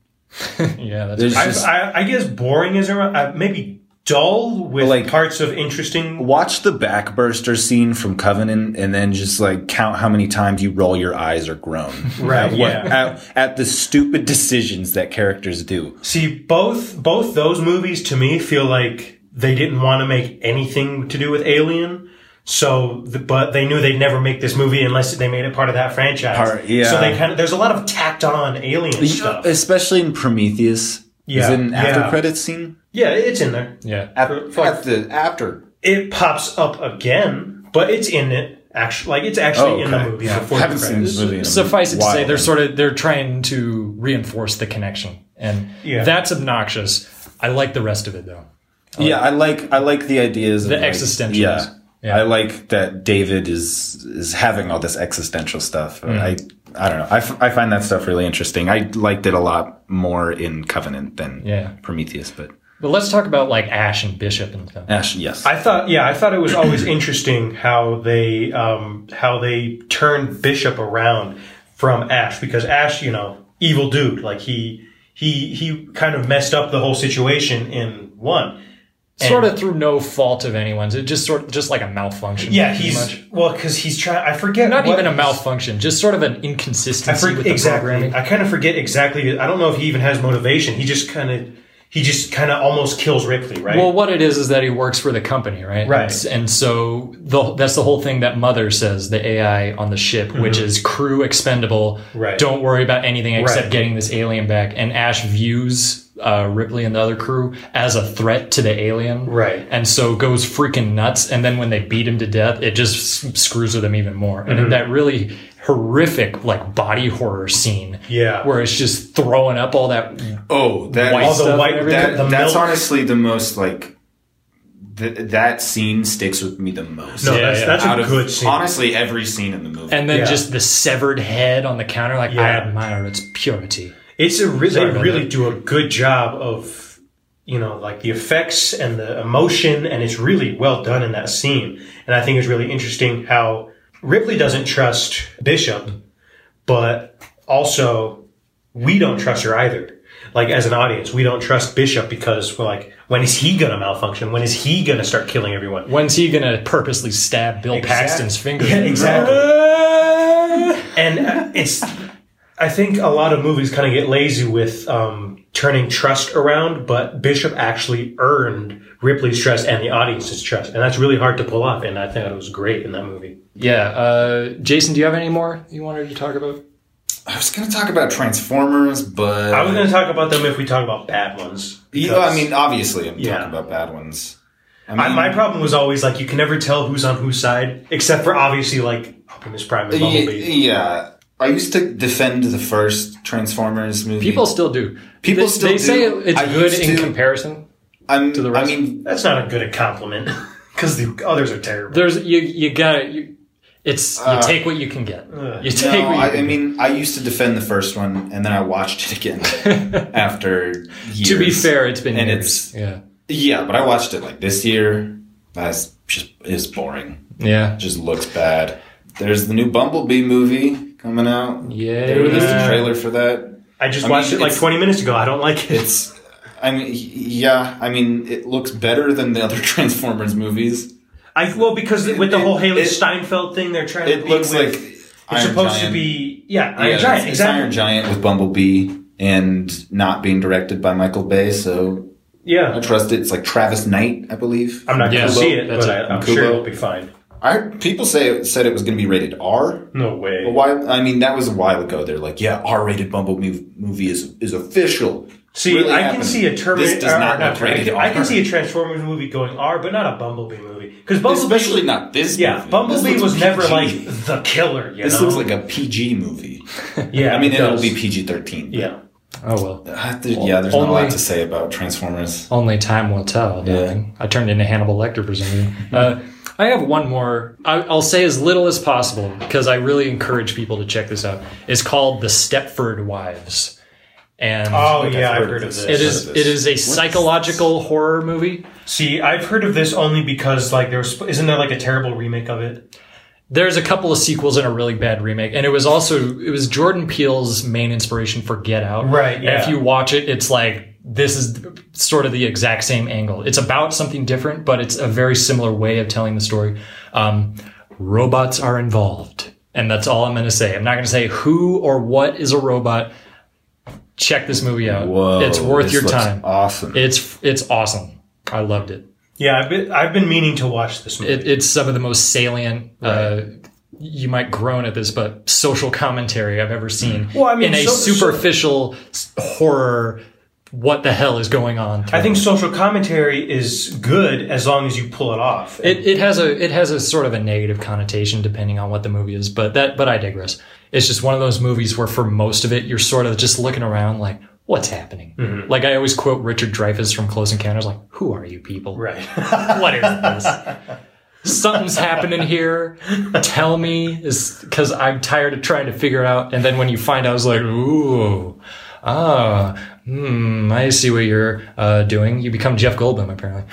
S1: Yeah, that's
S3: There's
S2: I,
S3: just,
S2: I, I guess boring is around, uh, maybe dull with
S3: Like-
S2: parts of interesting.
S3: watch the backburster scene from Covenant, and then just like count how many times you roll your eyes or groan.
S2: Right,
S3: At what- at, at the stupid decisions that characters do.
S2: See, both both those movies to me feel like they didn't want to make anything to do with Alien. So, th- but they knew they'd never make this movie unless they made it part of that franchise.
S3: Part- yeah. uh,
S2: So they kind of there's a lot of tacked on Alien stuff.
S3: Especially in Prometheus. Is
S2: Yeah,
S3: it an after
S2: yeah.
S3: credits scene?
S2: yeah, it's in there.
S1: yeah.
S3: After,
S2: For-
S3: at the after.
S2: It pops up again, but it's in it. Actually, like it's actually in the
S3: Oh, okay.
S2: movie
S3: Yeah.
S2: before the
S3: Haven't seen
S2: credits.
S3: this movie in a
S1: Suffice it to
S3: while.
S1: say, they're sort of, they're trying to reinforce the connection. And
S2: Yeah.
S1: that's obnoxious. I like the rest of it though.
S3: yeah, I like I like the ideas of
S1: The
S3: like-
S1: existentialist.
S3: Yeah,
S1: Yeah.
S3: I like that David is is having all this existential stuff.
S2: Mm-hmm.
S3: I I don't know. I, f- I find that stuff really interesting. I liked it a lot more in Covenant than
S1: Yeah.
S3: Prometheus, but
S1: But let's talk about like Ash and Bishop and stuff.
S3: Ash, yes.
S2: I thought, yeah, I thought it was always interesting how they um, how they turned Bishop around from Ash because Ash, you know, evil dude, like he he he kind of messed up the whole situation in one.
S1: Sort of through no fault of anyone's. It just sort of, just like a malfunction.
S2: Yeah,
S1: pretty
S2: he's
S1: much.
S2: well because he's trying. I forget
S1: not
S2: what-
S1: even a malfunction, just sort of an
S2: I
S1: inconsistency
S2: forget
S1: with the
S2: exactly.
S1: programming.
S2: I kind of forget exactly. I don't know if he even has motivation. He just kind of he just kind of almost kills Ripley, right?
S1: Well, what it is is that he works for the company, right?
S2: Right.
S1: And so the, that's the whole thing that Mother says, the AI on the ship, which is crew expendable.
S2: Mm-hmm. Right.
S1: Don't worry about anything except
S2: Right.
S1: getting this alien back. And Ash views uh, Ripley and the other crew as a threat to the alien.
S2: Right.
S1: And so goes freaking nuts. And then when they beat him to death, it just s- screws with him even more. And
S2: Mm-hmm.
S1: in that really horrific, like body horror scene.
S2: Yeah.
S1: Where it's just throwing up all that
S3: oh, that
S1: White
S2: all the
S1: stuff,
S2: white,
S1: everything.
S2: the, the
S3: that's
S2: milk.
S3: honestly the most like th- that scene sticks with me the most.
S2: no,
S1: Yeah,
S2: that's,
S1: yeah.
S2: that's
S3: Out
S2: a
S3: of
S2: good scene.
S3: honestly every scene in the movie.
S1: And then
S2: Yeah.
S1: just the severed head on the counter, like I
S2: Yeah.
S1: admire its purity.
S2: It's a re- they
S1: about
S2: really
S1: that.
S2: do a good job of you know like the effects and the emotion, and it's really well done in that scene. And I think it's really interesting how Ripley doesn't trust Bishop, but also we don't trust her either. Like as an audience, we don't trust Bishop because we're like, when is he gonna malfunction? When is he gonna start killing everyone?
S1: When's he gonna purposely stab Bill
S2: Exact-
S1: Paxton's finger?
S2: Yeah, exactly. and uh, it's i think a lot of movies kind of get lazy with um, turning trust around but bishop actually earned ripley's trust and the audience's trust and that's really hard to pull off and i think it was great in that movie
S1: Yeah. Uh, Jason, do you have any more you wanted to talk about?
S3: I was gonna talk about Transformers, but
S2: i was going to talk about them if we talk about bad ones
S3: Yeah, I mean, obviously, I'm
S2: Yeah.
S3: talking about bad ones. I mean,
S2: I, my problem was always like you can never tell who's on whose side except for obviously like Optimus Prime and
S3: y-
S2: Bumblebee.
S3: yeah. I used to defend the first Transformers movie.
S1: People still do.
S3: People
S1: they,
S3: still
S1: they
S3: do.
S1: say it's
S3: I
S1: good
S3: used
S1: in
S3: to.
S1: comparison.
S3: I'm,
S1: the
S3: I
S1: rest.
S3: mean,
S2: That's not a good compliment because the others are terrible.
S1: There's you you gotta you, it's you take what you can get. You
S3: Uh, no,
S1: take what you
S3: I, I
S1: can get.
S3: mean, I used to defend the first one, and then I watched it again after years.
S1: To be fair, it's been
S3: And
S1: years.
S3: it's-
S1: yeah.
S3: yeah, but I watched it like this year. That's just is boring.
S1: Yeah.
S3: Just looks bad. There's the new Bumblebee movie coming out.
S1: Yeah.
S3: they released a trailer for that.
S2: I just
S3: I mean,
S2: watched it like
S3: it's-
S2: 20 minutes ago. I don't like it.
S3: It's, I mean, yeah, I mean, it looks better than the other Transformers movies.
S2: I well because with the
S3: It-
S2: whole Haley
S3: it-
S2: Steinfeld thing, they're trying to
S3: It
S2: be
S3: looks
S2: with-
S3: like
S2: It's
S3: Iron
S2: supposed to
S3: Giant.
S2: be yeah, Iron
S3: Yeah,
S2: Giant.
S3: it's, it's
S2: exactly.
S3: Iron Giant with Bumblebee and not being directed by Michael Bay, so I
S2: Yeah,
S3: trust it. It's like Travis Knight, I believe.
S2: I'm not
S1: Yeah,
S2: gonna
S1: Kubo,
S2: see it,
S1: that's
S2: but
S1: it.
S2: I, I'm
S3: Kubo.
S2: sure it'll be fine.
S3: I people say it, said it was going to be rated R.
S2: No way.
S3: But why? I mean, that was a while ago. They're like, yeah, R-rated Bumblebee movie is is official.
S2: See,
S3: Really
S2: I can
S3: happened.
S2: see a Terminator.
S3: This does
S2: or
S3: not look
S2: Terminator,
S3: rated
S2: I can
S3: R.
S2: see a Transformers movie going R, but not a Bumblebee movie because Bumblebee,
S3: Especially not this.
S2: yeah,
S3: movie. This
S2: Bumblebee
S3: looks
S2: was never
S3: PG.
S2: like the killer. You
S3: This
S2: know?
S3: looks like a PG movie.
S2: yeah.
S3: I mean,
S2: it
S3: it will
S2: does.
S3: be PG thirteen.
S2: yeah.
S1: Oh well.
S3: yeah, there's not a
S1: Only-
S3: lot to say about Transformers.
S1: Only time will tell. darling. I turned into Hannibal Lecter, presumably. uh, I have one more. I, I'll say as little as possible because I really encourage people to check this out. It's called The Stepford Wives, and
S2: Oh yeah, I've
S3: I've heard
S2: heard
S3: of
S2: of
S3: this.
S2: this.
S1: it is it is a psychological horror movie.
S2: See, I've heard of this only because like there's isn't there like a terrible remake of it?
S1: there's a couple of sequels and a really bad remake and it was also it was jordan peele's main inspiration for get out
S2: Right,
S1: And
S2: yeah.
S1: if you watch it it's like this is sort of the exact same angle it's about something different but it's a very similar way of telling the story um, robots are involved and that's all i'm going to say i'm not going to say who or what is a robot check this movie out
S3: Whoa,
S1: it's worth
S3: this
S1: your
S3: looks
S1: time
S3: Awesome.
S1: it's it's awesome i loved it
S2: Yeah, I've been, I've been meaning to watch this movie.
S1: it, it's some of the most salient. Uh, you might groan at this, but social commentary I've ever seen.
S2: Well, I mean,
S1: in a
S2: so- so-
S1: superficial s horror, what the hell is going on?
S2: I think social commentary is good as long as you pull it off.
S1: it, it has a it has a sort of a negative connotation depending on what the movie is, but that but I digress. It's just one of those movies where for most of it you're sort of just looking around like what's happening.
S2: Mm-hmm.
S1: Like I always quote Richard Dreyfuss from Close Encounters, like who are you people?
S2: right.
S1: what is this? Something's happening here. Tell me, is because I'm tired of trying to figure out. And then when you find out, it's like, ooh, ah, hmm, I see what you're uh, doing. You become Jeff Goldblum, apparently.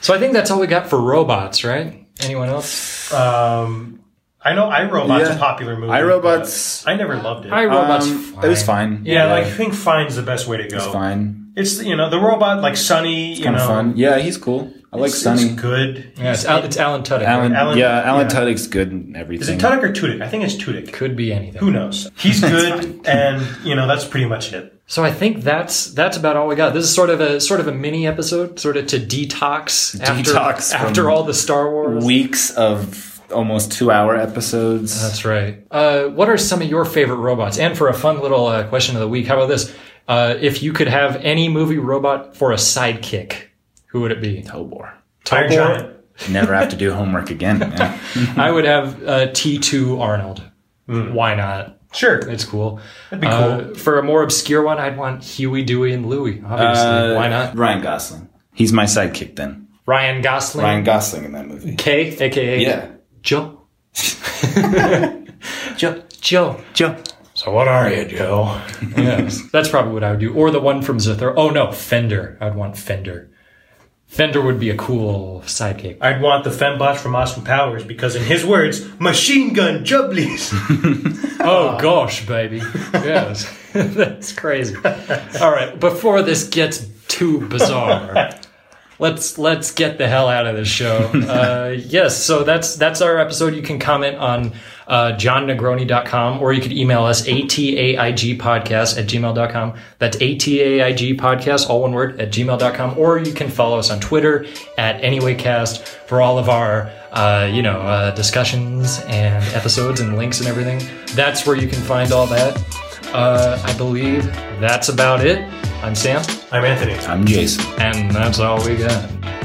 S1: So I think that's all we got for robots, right? Anyone else?
S2: um, I know iRobot's
S3: Yeah.
S2: a popular movie.
S3: iRobot's-
S2: but I never loved it.
S1: I robots.
S3: Um, It was fine.
S2: yeah, like I think fine's the best way to go.
S3: it's fine.
S2: It's you know the robot like Sunny. you
S3: Kind
S2: know,
S3: of fun. Yeah, he's cool. I like
S2: It's-
S3: Sunny.
S2: It's good.
S1: Yeah, it's, Al- it's Alan Tudyk.
S3: Alan,
S1: right?
S2: Alan-
S3: yeah, Alan
S2: yeah.
S3: Tudyk's good in everything.
S2: Is it Tudyk or Tudyk? I think it's Tudyk.
S1: Could be anything.
S2: Who knows? He's good, and you know that's pretty much it.
S1: So I think that's that's about all we got. This is sort of a sort of a mini episode, sort of to detox, after,
S3: Detox from-
S1: after all the Star Wars.
S3: Weeks of almost two-hour episodes.
S1: That's right. Uh, what are some of your favorite robots? And for a fun little uh, question of the week, how about this? Uh, if you could have any movie robot for a sidekick, who would it be?
S3: Tobor.
S1: Tobor?
S2: Iron Giant.
S3: Never have to do homework again. man.
S1: I would have uh, T2 Arnold. Why not?
S2: Sure.
S1: It's cool. That'd
S2: be
S1: Uh, for a more obscure one, I'd want Huey, Dewey, and Louie. Obviously,
S3: Uh,
S1: why not?
S3: Ryan Gosling. He's my sidekick then.
S1: Ryan Gosling,
S3: Ryan Gosling in that movie.
S1: K, aka
S3: Yeah.
S1: Joe. Joe, Joe, Joe.
S2: So what are you, Joe?
S1: yes, that's probably what I would do. Or the one from Zithor. Oh no, Fender. I'd want Fender. Fender would be a cool sidekick.
S2: I'd want the fembot from Austin Powers because, in his words, machine gun jubblies.
S1: Oh gosh, baby. Yes, that's crazy. All right, before this gets too bizarre. Let's let's get the hell out of this show. Uh, yes, so that's that's our episode. You can comment on uh, johnnegroni.com or you could email us ataigpodcast at gmail.com. That's ataigpodcast, all one word, at gmail.com. Or you can follow us on Twitter at anywaycast for all of our, uh, you know, uh, discussions and episodes and links and everything. That's where you can find all that. Uh, I believe that's about it. I'm Sam,
S2: I'm Anthony.
S3: I'm Jason.
S1: and that's all we got.